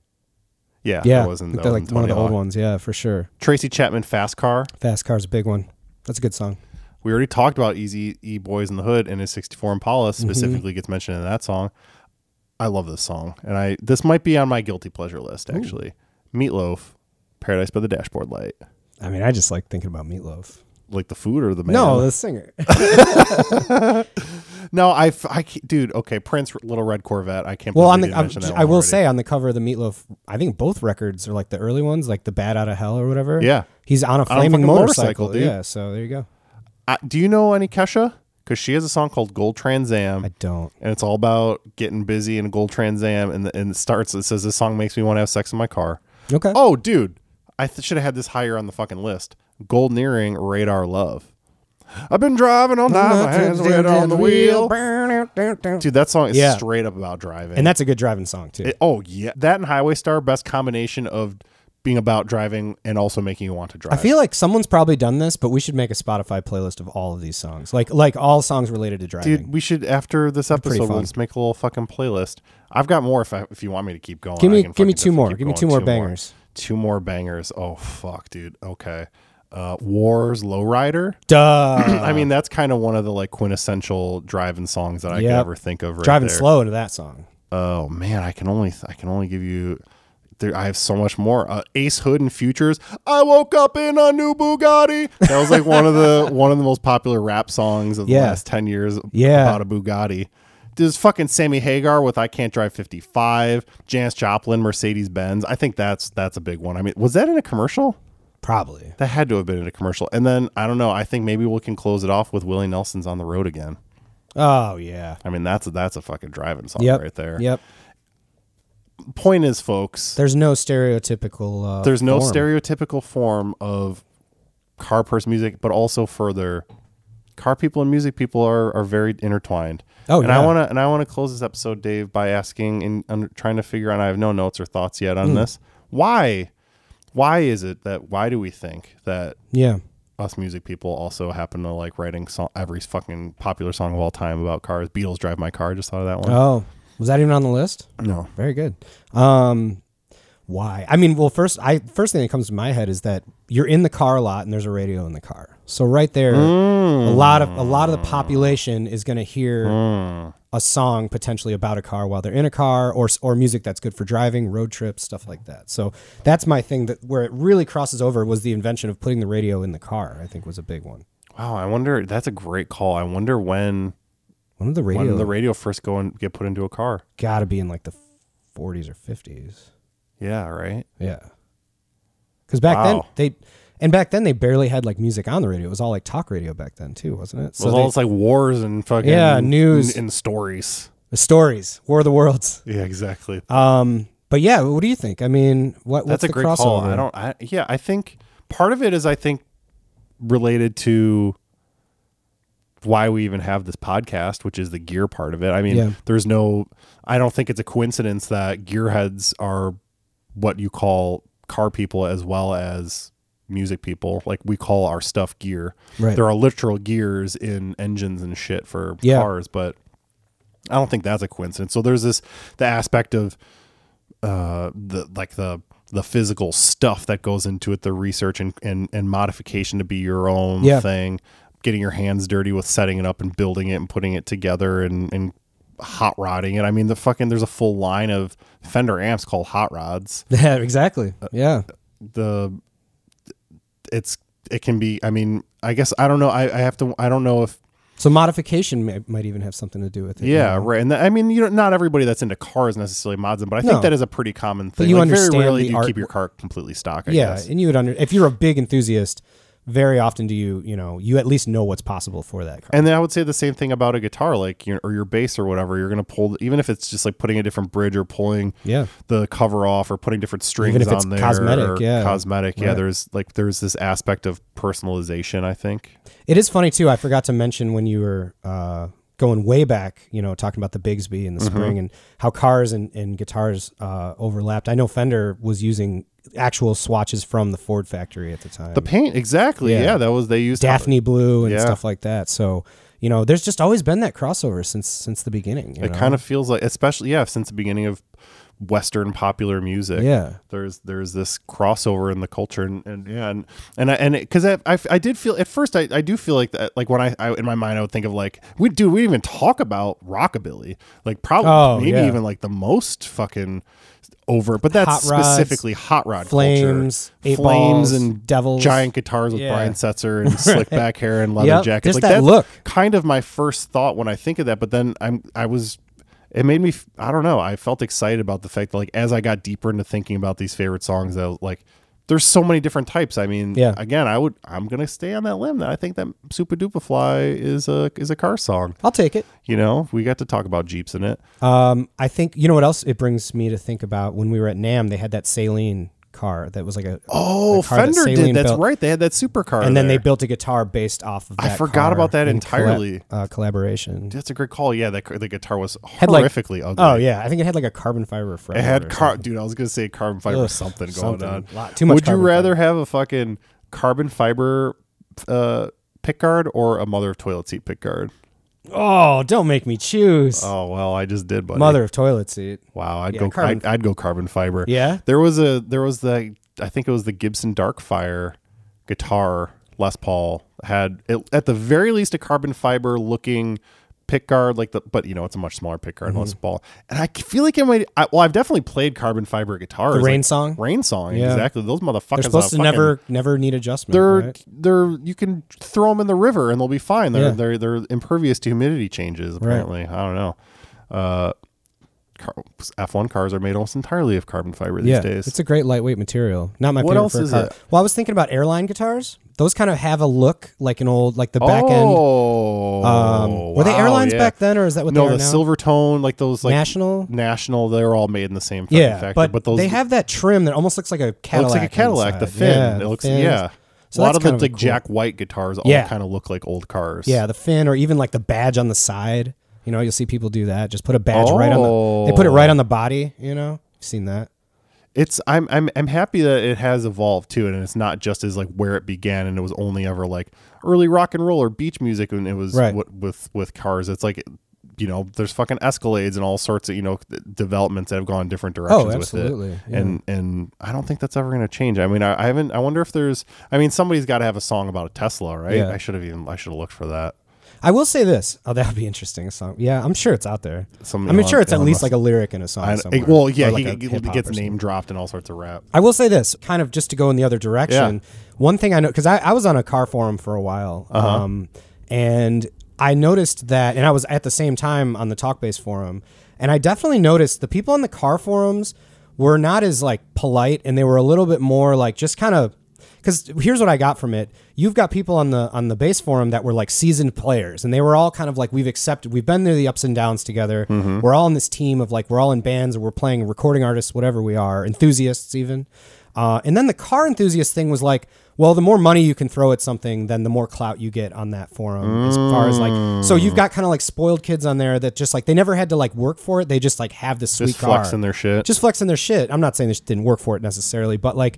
Yeah,
Yeah,
that was in,
I
that
think they're
was in
like
Tony
one of the
Hawk.
old ones. Yeah, for sure.
Tracy Chapman, Fast Car.
Fast Car's a big one. That's a good song.
We already talked about Easy E Boys in the Hood and his '64 Impala
Mm-hmm.
specifically gets mentioned in that song. I love this song, and I this might be on my guilty pleasure list actually. Meatloaf, Paradise by the Dashboard Light,
I mean, I just like thinking about Meatloaf.
like the food or the man.
No, the singer.
no, I, f- I can't- dude. Okay, Prince, Little Red Corvette. I can't.
Well,
believe
on
we
the
didn't
I,
mention that
I
one
will
already.
say on the cover of the Meatloaf, I think both records are like the early ones, like the Bad Out of Hell or whatever.
Yeah.
he's on a flaming
fucking
motorcycle.
motorcycle, dude.
Yeah, so there you go.
I, do you know any Kesha? Because she has a song called Gold Trans Am.
I don't.
and it's all about getting busy in a gold Trans Am, and and it starts. It says this song makes me want to have sex in my car.
Okay.
Oh, dude, I th- should have had this higher on the fucking list. Golden earring, radar love. I've been driving all night, my hands were on the wheel. Dude, that song is
Yeah.
straight up about driving.
And that's a good driving song too.
It- oh yeah, that and Highway Star, best combination of being about driving and also making you want to drive.
I feel like someone's probably done this, but we should make a Spotify playlist of all of these songs, like like all songs related to driving.
Dude, we should after this episode, we'll
fun.
just make a little fucking playlist. I've got more if I, if you want me to keep going.
Give me-
I can
give me
fucking
two
definitely
more.
keep
Give me
going.
two more bangers.
Two more bangers. Oh fuck, dude. Okay, uh, Wars Lowrider.
Duh.
I mean, that's kind of one of the like quintessential driving songs that I could
Yep.
ever think of. Right
driving
there.
slow into that song.
Oh man, I can only I can only give you. There, I have so much more. Uh, Ace Hood and Futures. I woke up in a new Bugatti. That was like one of the one of the most popular rap songs of the
Yeah.
last ten years.
Yeah.
about a Bugatti. There's fucking Sammy Hagar with "I Can't Drive 55." Janis Joplin, Mercedes Benz. I think that's that's a big one. I mean, was that in a commercial?
Probably.
That had to have been in a commercial. And then I don't know. I think maybe we can close it off with Willie Nelson's "On the Road Again."
Oh yeah.
I mean, that's that's a fucking driving song
Yep.
right there.
Yep.
Point is, folks.
There's no stereotypical. Uh,
there's no
form.
stereotypical form of car person music, but also further, car people and music people are are very intertwined.
Oh,
and I
yeah.
want to and I want to close this episode, Dave, by asking and, and trying to figure out. I have no notes or thoughts yet
Hmm.
on this. Why, why is it that? Why do we think that
Yeah.
us music people also happen to like writing song, every fucking popular song of all time about cars? Beatles drive my car. I just thought of that one.
Oh, was that even on the list?
no,
Very good. Um, why? I mean, well, first, I first thing that comes to my head is that you're in the car a lot, and there's a radio in the car. So right there, a lot of a lot of the population is going to hear a song potentially about a car while they're in a car, or s- or music that's good for driving, road trips, stuff like that. So that's my thing. That where it really crosses over was the invention of putting the radio in the car. I think was a big one.
wow. I wonder. That's a great call. I wonder when
When did the
when
radio
the radio first go and get put into a car.
got to be in like the 40s or 50s?
Yeah, right.
Yeah. Because back
Wow.
then they, and back then they barely had like music on the radio. It was all like talk radio back then too, wasn't it?
it was
they-
all this like wars and fucking
Yeah, news.
and, and stories.
the stories, War of the Worlds.
Yeah, exactly.
Um, but yeah, what do you think? I mean, what what's
That's a
the
great
crossover?
call. I don't. I, yeah, I think part of it is I think related to why we even have this podcast, which is the gear part of it. I mean,
Yeah.
there's no. I don't think it's a coincidence that gearheads are what you call car people as well as music people like we call our stuff gear
Right.
there are literal gears in engines and shit for
Yeah.
cars but i don't think that's a coincidence so there's this the aspect of uh the like the the physical stuff that goes into it the research and and, and modification to be your own
Yeah.
thing getting your hands dirty with setting it up and building it and putting it together and and hot rodding it. I mean, the fucking there's a full line of Fender amps called hot rods.
Yeah, exactly. Yeah.
The it's it can be. I mean, I guess I don't know. I, I have to. I don't know if
So modification may, might even have something to do with it.
yeah, right. And that, I mean, you know, not everybody that's into cars necessarily mods them, but I think
No.
that is a pretty common thing.
you
like,
understand
very rarely
the
do you
art-
keep your car completely stock. I
yeah,
guess.
and you would under if you're a big enthusiast, very often do you you know you at least know what's possible for that car.
And then I would say the same thing about a guitar, like your, or your bass or whatever. You're going to pull, even if it's just like putting a different bridge or pulling
Yeah.
the cover off or putting different strings
if it's
on there.
cosmetic,
or
yeah.
Cosmetic. Yeah.
Right.
There's like, there's this aspect of personalization, I think.
It is funny too. I forgot to mention when you were uh, going way back, you know, talking about the Bigsby in the
Mm-hmm.
spring and how cars and, and guitars uh, overlapped. I know Fender was using actual swatches from the Ford factory at the time.
The paint, exactly. Yeah.
Mm. Yeah.
that was, they used
Daphne blue and
Yeah.
stuff like that. So, you know, there's just always been that crossover since since the beginning.
It kind of feels like, especially, yeah, since the beginning of Western popular music.
yeah.
there's there's this crossover in the culture and, and yeah and and I, and because I, I I did feel at first I, I do feel like that like when I, I in my mind I would think of like we do we didn't even talk about rockabilly like probably
Oh,
maybe
yeah.
even like the most fucking over but that's
Hot rods,
specifically hot rod
Flames,
culture.
eight
flames
balls,
and
devils.
giant guitars with
Yeah.
Brian Setzer and slick back hair and leather
Yep,
jackets
just
like
that
that's
look.
kind of my first thought when I think of that but then I'm I was it made me f- i don't know i felt excited about the fact that like as i got deeper into thinking about these favorite songs that like there's so many different types i mean
Yeah.
again i would i'm gonna stay on that limb that i think that super duper fly is a is a car song
I'll take it.
you know we got to talk about jeeps in it
Um, I think you know what else it brings me to think about when we were at Nam, they had that Saline car that was like a
oh
the car that
fender
Saline
did that's
built.
right they had that supercar
and then
there.
they built a guitar based off of.
I
That
forgot
car
about that
in collab-
entirely.
uh, collaboration.
that's a great call yeah that the guitar was
like-
horrifically ugly
Oh yeah, I think it had like a carbon fiber frame.
It
or
had car,
something.
dude. I was gonna say carbon fiber
Ugh,
something going
something.
on.
Lot- too much
Would you
carbon
rather have a fucking carbon fiber uh, pick guard or a mother of toilet seat pick guard?
Oh, don't make me choose.
Oh well, I just did, buddy.
Mother of toilet seat.
Wow, I'd
Yeah,
go.
carbon
I'd, I'd go carbon fiber.
Yeah?
There was a. There was the. I think it was the Gibson Darkfire guitar Les Paul had it, at the very least a carbon fiber looking pick guard like the but you know it's a much smaller pick
Mm-hmm.
guard than Les Paul and I feel like I might I, well I've definitely played carbon fiber guitars
The rain
like,
song?
rain song
Yeah.
exactly those motherfuckers
They're supposed to
on a fucking-
never, never need adjustment.
they're
right?
they're you can throw them in the river and they'll be fine. They're
Yeah.
they're they're impervious to humidity changes. Apparently, I don't know. Uh, F one cars are made almost entirely of carbon fiber these
yeah,
days.
it's a great lightweight material. Not my
What
favorite
else
for a
is
car.
it?
Well, I was thinking about airline guitars. Those kind of have a look like an old, like the back end.
oh,
Um, were they
wow,
airlines
yeah.
back then, or is that what
No,
they
the
are now?
silver tone, like those like
National.
national, they're all made in the same fucking
Yeah,
factory.
but,
But, those
they have that trim that almost looks like a
it
Cadillac.
looks like a Cadillac. The
inside.
fin,
Yeah,
it
the
looks
fins.
yeah. a
So
lot
that's
of the
kind of
like
cool.
Jack White guitars all
Yeah.
kind of look like old cars.
Yeah, the fin or even like the badge on the side. You know, you'll see people do that. Just put a badge right on the. They put it right on the body. You know, You've seen that.
it's I'm I'm I'm happy that it has evolved too, and it's not just as like where it began, and it was only ever like early rock and roll or beach music, and it was
Right.
what with with cars. It's like you know, there's fucking Escalades and all sorts of you know th- developments that have gone different directions with it,
Oh, absolutely, yeah.
and and I don't think that's ever going to change. I mean, I, I haven't. I wonder if there's. I mean, somebody's got to have a song about a Tesla, right?
Yeah.
I should have even. I should have looked for that.
I will say this. Oh, that would be interesting. A song. Yeah, I'm sure it's out there.
Some
I'm
Elon-
sure it's at
Elon
least
Musk.
like a lyric in a song.
I,
somewhere,
well, yeah,
or like
he,
a
he
hip-hop or
gets
something.
name dropped and all sorts of rap.
I will say this, kind of just to go in the other direction. One thing I know, because I, I was on a car forum for a while, um, and I noticed that, and I was at the same time on the Talkbase forum, and I definitely noticed the people on the car forums were not as like polite, and they were a little bit more like just kind of. Because here's what I got from it: you've got people on the on the base forum that were like seasoned players, and they were all kind of like we've accepted, we've been through the ups and downs together. We're all in this team of like we're all in bands, or we're playing recording artists, whatever we are, enthusiasts even. Uh, and then the car enthusiast thing was like, well, the more money you can throw at something, then the more clout you get on that forum. As far as like, so you've got kind of like spoiled kids on there that just like they never had to like work for it; they just like have this sweet
Just
car,
flexing their shit.
just flexing their shit. I'm not saying they sh- didn't work for it necessarily, but like,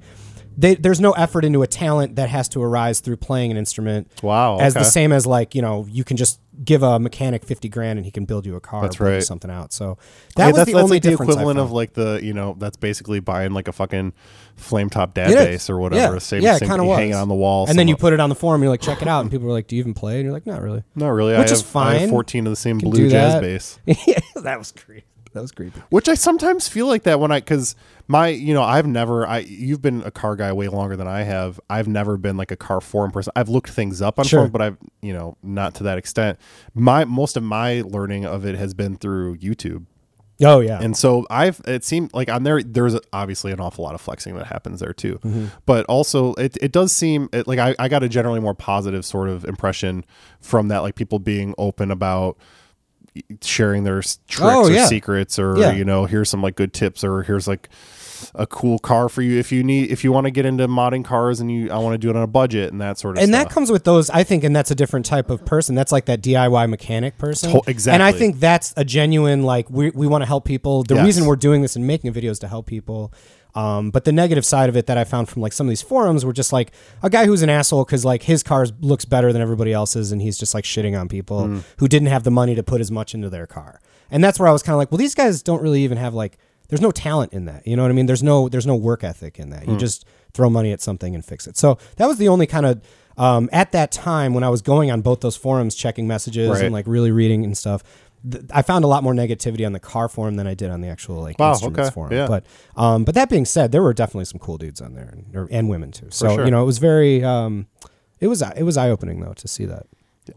they, there's no effort into a talent that has to arise through playing an instrument.
Wow,
as the
okay.
same as like you know you can just give a mechanic 50 grand and he can build you a car
That's
or build you
right.
something out. So that
Yeah,
was
that's,
the
that's
only
like the
difference I
equivalent of
found.
like the you know that's basically buying like a fucking flame top dad
It is.
base or whatever.
Yeah,
same,
yeah, it
same
kinda
thing,
was.
hanging on the wall.
And then
some-
you put it on the forum, you're like, check it out. And people are like, do you even play? And you're like, not really.
not really. I
which
have,
is
I have
fine.
Fourteen of the same
Can
blue
do
jazz
that.
bass.
yeah, that was creepy. That was creepy.
Which I sometimes feel like that when I because my you know I've never I you've been a car guy way longer than I have. I've never been like a car forum person. I've looked things up on
Sure.
forums, but I've you know not to that extent. My most of my learning of it has been through YouTube.
Oh yeah.
And so I've it seemed like on there there's obviously an awful lot of flexing that happens there too,
Mm-hmm.
but also it, it does seem it, like I, I got a generally more positive sort of impression from that like people being open about sharing their s- tricks
Oh,
or
yeah.
secrets or
Yeah.
you know here's some like good tips or here's like a cool car for you if you need if you want to get into modding cars and you I want to do it on a budget and that sort of
and
stuff.
that comes with those i think and that's a different type of person that's like that diy mechanic person
To-
and i
exactly.
think that's a genuine like we, we want to help people the
Yes.
reason we're doing this and making videos to help people um, but the negative side of it that i found from like some of these forums were just like a guy who's an asshole because like his car looks better than everybody else's and he's just like shitting on people who didn't have the money to put as much into their car and that's where i was kind of like well these guys don't really even have like there's no talent in that. You know what I mean? There's no there's no work ethic in that. You just throw money at something and fix it. So that was the only kind of um, at that time when I was going on both those forums, checking messages
Right.
and like really reading and stuff. Th- I found a lot more negativity on the car forum than I did on the actual like
Wow,
instruments
okay,
forum.
yeah.
But um, but that being said, there were definitely some cool dudes on there and, or, and women too. So
sure.
you know it was very um, it was it was eye opening though to see that.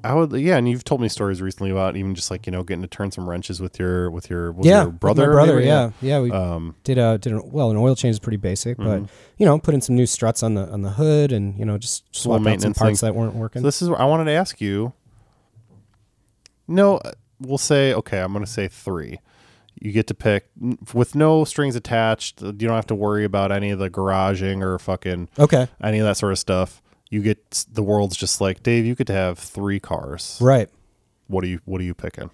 I would, yeah, and you've told me stories recently about even just like you know getting to turn some wrenches with your with your with
yeah,
your
with my
brother,
brother,
maybe?
yeah, yeah. We
Um, Mm-hmm.
did a did an, well an oil change is pretty basic, but you know put in some new struts on the on the hood and you know just swap out some
maintenance
parts
thing.
that weren't working.
so this is where I wanted to ask you. No, uh, we'll say okay. I'm going to say three. You get to pick n- with no strings attached. uh, You don't have to worry about any of the garaging or fucking
okay,
any of that sort of stuff. You get the world's just like Dave. You could have three cars.
right.
What are you What are you picking?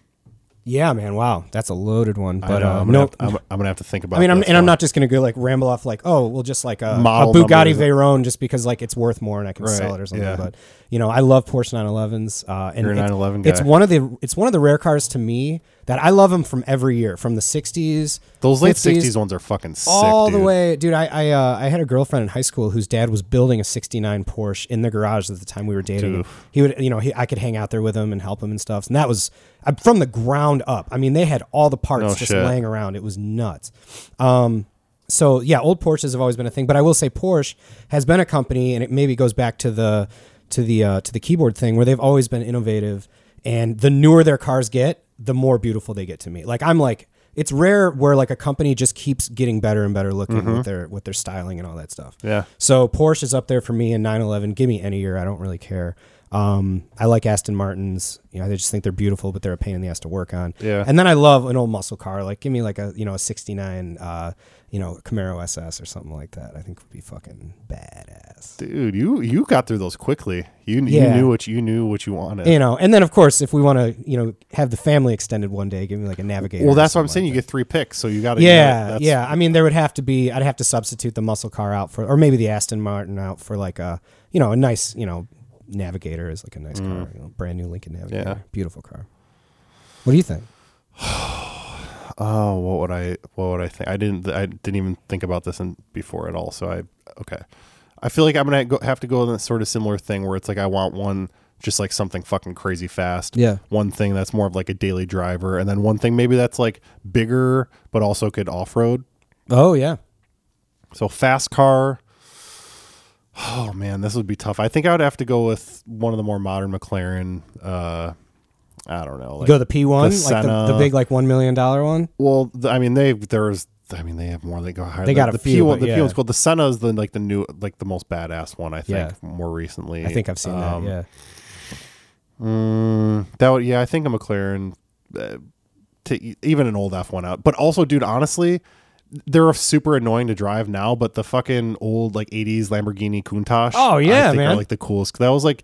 Yeah, man. Wow, that's a loaded one.
I
But
know,
uh,
I'm, gonna
no,
have to, I'm, I'm gonna have to think about.
I mean, I'm,
this
and I'm
one.
not just gonna go like ramble off like, oh, well, just like a, a
Model
Bugatti
numbers.
Veyron, just because like it's worth more and I can
Right,
sell it or something.
yeah.
But you know, I love Porsche 911s. Uh, and
You're a
it's-
911
It's
guy.
one of the it's one of the rare cars to me that I love them from every year, from the 60s,
Those late
50s,
'60s ones are fucking sick,
all the
dude.
way, dude. I I, uh, I had a girlfriend in high school whose dad was building a '69 Porsche in the garage at the time we were dating. He would, you know, he, I could hang out there with him and help him and stuff. And that was uh, from the ground up. I mean, they had all the parts
No
just
shit.
laying around. It was nuts. Um, so yeah, old Porsches have always been a thing. But I will say Porsche has been a company, and it maybe goes back to the to the uh, to the keyboard thing where they've always been innovative. And the newer their cars get, the more beautiful they get to me. Like I'm like it's rare where like a company just keeps getting better and better looking with their with their styling and all that stuff.
Yeah.
So Porsche is up there for me in 911. Give me any year, I don't really care. Um, I like Aston Martins. You know, I just think they're beautiful, but they're a pain in the ass to work on.
Yeah.
And then I love an old muscle car. Like, give me like a you know a '69, uh, you know Camaro SS or something like that. I think would be fucking badass.
dude you you got through those quickly you, you
Yeah.
knew what you knew what you wanted
You know, and then of course, if we want to, you know, have the family extended one day, give me like a Navigator.
well
or
that's what i'm
something
saying
like
you get three picks so you gotta
Yeah,
that's-
yeah. I mean, there would have to be. I'd have to substitute the muscle car out for, or maybe the Aston Martin out for like a, you know, a nice, you know, Navigator is like a nice car, you know, brand new Lincoln Navigator,
Mm. Yeah.
beautiful car. What do you think?
oh what would i what would i think i didn't i didn't even think about this in, before at all so i okay i feel like i'm gonna go, have to go in that sort of similar thing where it's like i want one just like something fucking crazy fast
Yeah.
one thing that's more of like a daily driver and then one thing maybe that's like bigger but also could off-road
Oh yeah,
So fast car. Oh man, this would be tough. I think I would have to go with one of the more modern McLaren. Uh, I don't know.
you
Like,
go the P one,
the
like the, the
Senna.
big like one million dollar one.
well, th- I mean, they there's. I mean, they have more. They go higher.
They got a
the
few,
P1,
but
the
yeah.
P one's called the Senna is the like the new like the most badass one. I
Yeah.
think more recently.
I think I've seen
Um,
that. Yeah,
Mm, that would yeah, I think a McLaren, uh, to e- even an old F one out. But also, dude, honestly, they're super annoying to drive now. But the fucking old like '80s Lamborghini Countach.
Oh,
I
yeah,
think
man.
are, like the coolest. That was like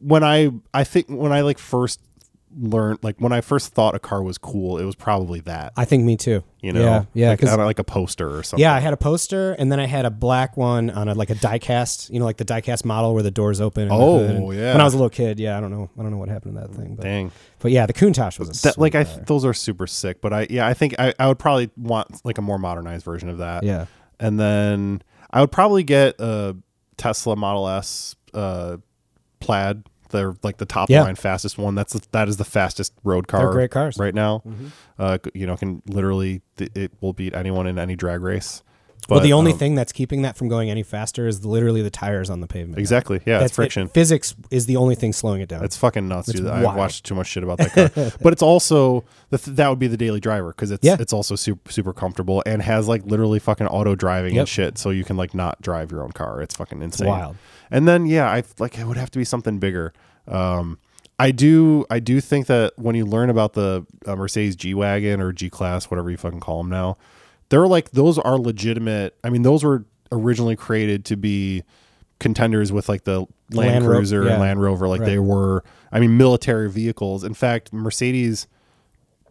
when I I think when I like first learned like when I first thought a car was cool, it was probably that.
I think me too.
You know,
yeah, yeah,
like,
'cause-
I don't know, like a poster or something.
Yeah, I had a poster, and then I had a black one on a, like a diecast, you know, like the diecast model where the doors open. and
Oh,
everything.
yeah.
When I was a little kid, yeah, I don't know, I don't know what happened to that thing, but
Dang.
but yeah, the Countach was a
That, like
sweet
I,
car.
those are super sick, but I, yeah, I think I, I would probably want like a more modernized version of that.
yeah,
and then I would probably get a Tesla Model S uh, plaid. They're like the top
Yeah.
line fastest one. That's the, that is the fastest road car.
They're great cars.
right now. Uh, c- you know, can literally th- it will beat anyone in any drag race. But
well, the only
um,
thing that's keeping that from going any faster is literally the tires on the pavement.
exactly, yeah,
That's
it's friction.
It. Physics is the only thing slowing it down.
It's fucking nuts, dude. I've
wild.
watched too much shit about that car. but it's also the th- that would be the daily driver because it's
Yeah.
it's also super super comfortable and has like literally fucking auto driving
Yep.
and shit, so you can like not drive your own car. It's fucking insane.
wild.
And then yeah, I like it would have to be something bigger. Um, I do I do think that when you learn about the uh, Mercedes G wagon or G class, whatever you fucking call them now, they're like those are legitimate. I mean, those were originally created to be contenders with like the Land,
Land Ro-
Cruiser
yeah.
and Land Rover. Like they were, I mean, military vehicles. In fact, Mercedes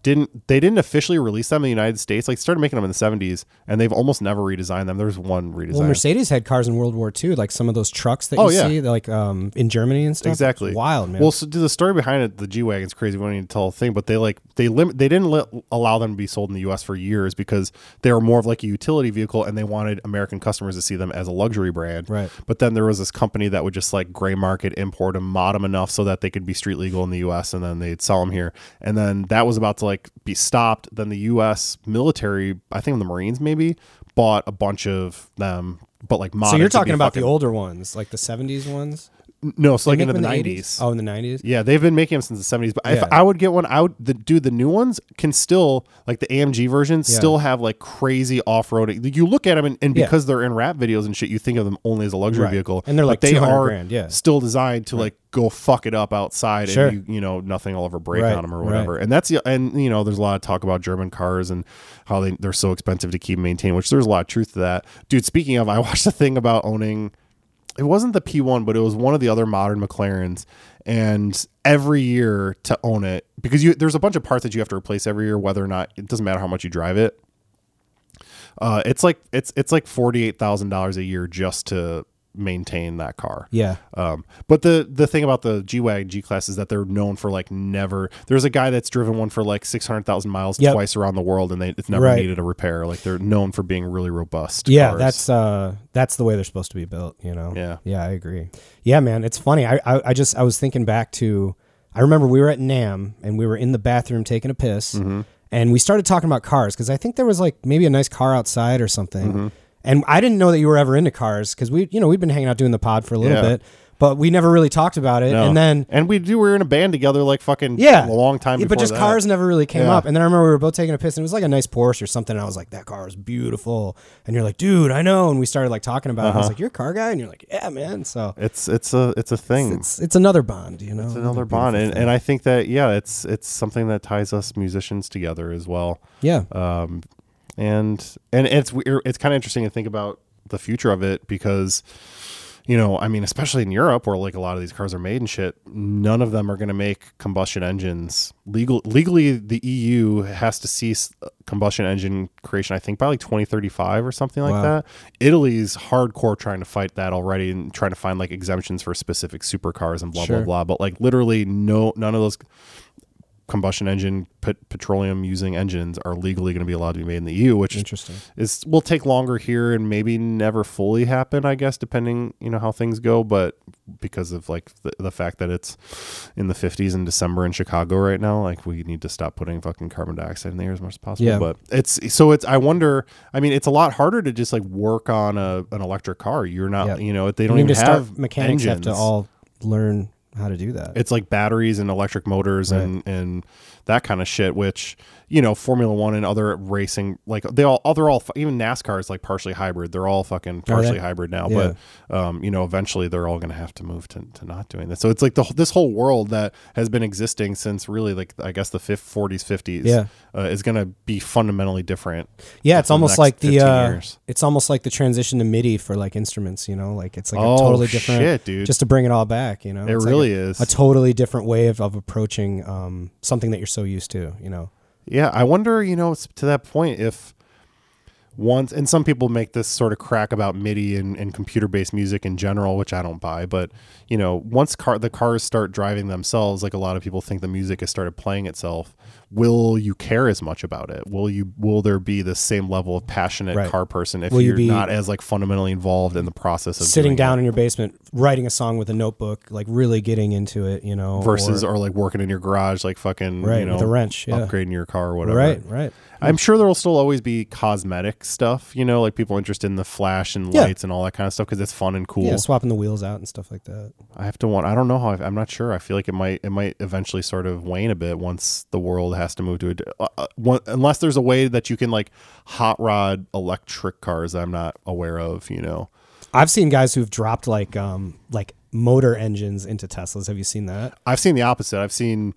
didn't they didn't officially release them in the United States. Like started making them in the seventies, and they've almost never redesigned them. There's one redesign.
Well, Mercedes had cars in World War II, like some of those trucks that
Oh,
you
yeah.
see, like um, in Germany and stuff. It's
Exactly.
wild, man.
Well, so the story behind it, the G wagon's crazy. We don't need to tell a thing, but they like they limit. They didn't let, allow them to be sold in the U.S. for years because they were more of like a utility vehicle, and they wanted American customers to see them as a luxury brand.
Right.
But then there was this company that would just like gray market import them, mod them enough so that they could be street legal in the U.S. and then they'd sell them here. And then that was about to like be stopped. Then the U.S. military, I think the Marines maybe, bought a bunch of them. But like modded
so you're
to be
talking about
fucking-
the older ones, like the '70s ones,
no, so like
Make
into the
them in
90s.
Oh, in the '90s.
Yeah, they've been making them since the seventies. But if
Yeah.
I would get one, I would the, dude. The new ones can still like the AMG versions still have like crazy off roading. Like, You look at them and, and
Yeah.
because they're in rap videos and shit, you think of them only as a luxury
Right.
vehicle,
And they're,
but
like, 200 grand, yeah.
still designed to like go fuck it up outside
Sure.
and you, you know nothing will ever break
Right,
on them or
right.
whatever. And that's the and you know there's a lot of talk about German cars and how they they're so expensive to keep and maintain, which there's a lot of truth to that. Dude, speaking of, I watched a thing about owning it wasn't the P1, but it was one of the other modern McLarens. And every year to own it, because you there's a bunch of parts that you have to replace every year, whether or not it doesn't matter how much you drive it. Uh, it's like it's it's like forty eight thousand dollars a year just to maintain that car.
Yeah.
Um, but the the thing about the G wagon G class is that they're known for like never. There's a guy that's driven one for like six hundred thousand miles
Yep.
twice around the world, and they it's never
Right.
needed a repair. Like they're known for being really robust.
Yeah,
cars.
that's uh that's the way they're supposed to be built, you know.
Yeah.
Yeah, I agree. Yeah, man, it's funny. I I, I just I was thinking back to I remember we were at NAM and we were in the bathroom taking a piss
Mm-hmm.
and we started talking about cars cuz I think there was like maybe a nice car outside or something.
Mm-hmm.
And I didn't know that you were ever into cars cuz we you know, we've been hanging out doing the pod for a little
Yeah.
bit, but we never really talked about it.
No.
And then
and we do we were in a band together like fucking
yeah,
a long time
Yeah,
before
But just
that.
cars never really came
Yeah.
up. And then I remember we were both taking a piss, and it was like a nice Porsche or something. And I was like, "That car is beautiful." And you're like, "Dude, I know." And we started like talking about. it.
Uh-huh.
I was like, "You're a car guy," and you're like, "Yeah, man." So
It's it's a it's a thing. It's,
it's it's another bond, you know.
Hmm. another bond, and, and I think that yeah, it's it's something that ties us musicians together as well.
Yeah,
um, and and it's weir- it's kind of interesting to think about the future of it because you know I mean especially in Europe where like a lot of these cars are made and shit none of them are going to make combustion engines legal legally the EU has to cease uh, combustion engine creation I think by like 2035 or something like
Wow.
that Italy's hardcore trying to fight that already and trying to find like exemptions for specific supercars and blah
Sure.
blah blah but like literally no none of those combustion engine pet- petroleum using engines are legally going to be allowed to be made in the EU, which
interesting.
is will take longer here and maybe never fully happen, I guess, depending you know how things go. But because of like the, the fact that it's in the 50s in December in Chicago right now, like we need to stop putting fucking carbon dioxide in the air as much as possible.
Yeah.
But it's so it's I wonder. I mean, it's a lot harder to just like work on a an electric car. You're not
Yeah.
you know they
I
don't
mean,
even
to
have
start mechanics
engines
have to all learn how to do that.
it's like batteries and electric motors and and that kind of shit which you know Formula One and other racing like they all other all even NASCAR is like partially hybrid. They're all fucking
they?
partially hybrid now, but um, you know eventually they're all going to have to move to, to not doing that. So it's like the wh- this whole world that has been existing since really like I guess the fifth, 40s, 50s
Yeah.
uh, is going to be fundamentally different.
Yeah, it's
for the
almost
next
like the
15
uh,
years.
it's almost like the transition to MIDI for like instruments, you know, like it's like
Oh,
a totally different
shit, dude.
just to bring it all back, you know.
It
It's like
really
a,
is.
a totally different way of, of approaching um, something that you're so used to, you know.
Yeah, I wonder, you know, s- to that point, if once, and some people make this sort of crack about MIDI and, and computer based music in general, which I don't buy, but, you know, once car the cars start driving themselves, like a lot of people think the music has started playing itself, will you care as much about it? Will you, will there be the same level of passionate
Right.
car person if
Will you
you're
be
not as like fundamentally involved in the process of
Sitting
doing it
down in your basement, writing a song with a notebook, like really getting into it, you know.
versus,
or,
or, like working in your garage, like fucking,
right
you know,
with a wrench, yeah.
upgrading your car or whatever.
Right, right.
I'm sure there will still always be cosmetic stuff, you know, like people interested in the flash and
Yeah.
lights and all that kind of stuff because it's fun and cool.
Yeah, swapping the wheels out and stuff like that.
I have to want. I don't know how. I, I'm not sure. I feel like it might. It might eventually sort of wane a bit once the world has to move to a. d- Uh, uh, one, unless there's a way that you can like hot rod electric cars. that I'm not aware of. You know.
I've seen guys who've dropped like um like motor engines into Teslas. Have you seen that?
I've seen the opposite. I've seen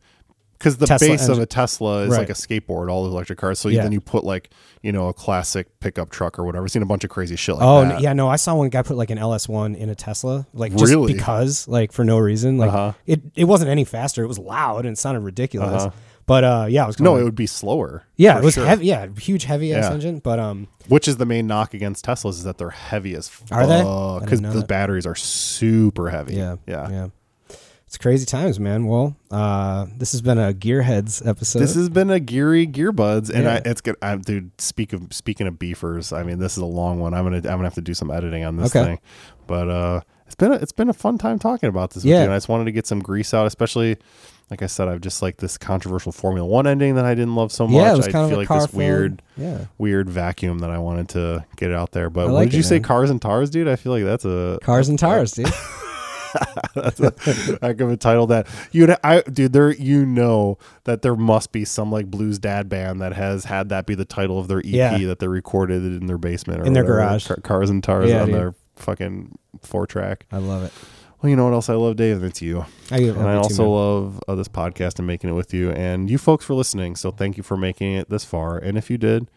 because the
Tesla
base of
engine.
a Tesla is
Right.
like a skateboard, all the electric cars. So
Yeah.
then you put like you know a classic pickup truck or whatever. I've seen a bunch of crazy shit like
Oh
that.
n- yeah, no, I saw one guy put like an LS1 in a Tesla, like just
Really?
because, like for no reason. Like it, it wasn't any faster. It was loud and it sounded ridiculous. But uh, yeah, I was
No,
going,
it would be slower.
yeah,
for
it was
sure.
heavy. Yeah, huge heavy ass
Yeah.
engine. But um,
Which is the main knock against Teslas is that they're heavy as fuck.
Are they? I
Because
didn't know
the
that.
batteries are super heavy.
yeah,
yeah.
yeah, it's crazy times, man. Well, uh, this has been a Gearheads episode.
This has been a Geary Gearbuds, and I,
Yeah.
it's good. I, dude, speak of speaking of beefers, I mean, this is a long one. I'm gonna I'm gonna have to do some editing on this
Okay.
thing, but uh, it's been a, it's been a fun time talking about this. With
Yeah.
you, and I just wanted to get some grease out, especially like I said, I've just like this controversial Formula One ending that I didn't love so much.
yeah, it was
I
kind of
feel
a
like
car
this
filled-
weird
Yeah,
weird vacuum that I wanted to get out there. But
I
what
like
did you
it,
say,
man.
cars and tars, dude? I feel like that's a
cars and tires, dude.
I could have titled that. You'd, I, dude, there. You know that there must be some like blues dad band that has had that be the title of their EP
Yeah.
that they recorded in their basement or
In their
whatever.
garage.
Car- cars and tars
Yeah,
on
dude.
their fucking four track.
I love it.
Well, you know what else I love, Dave? It's you.
I, love
And I
you too,
also
man.
love uh, this podcast and making it with you and you folks for listening. So thank you for making it this far. And if you did,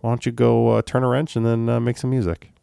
why don't you go uh, turn a wrench and then uh, make some music?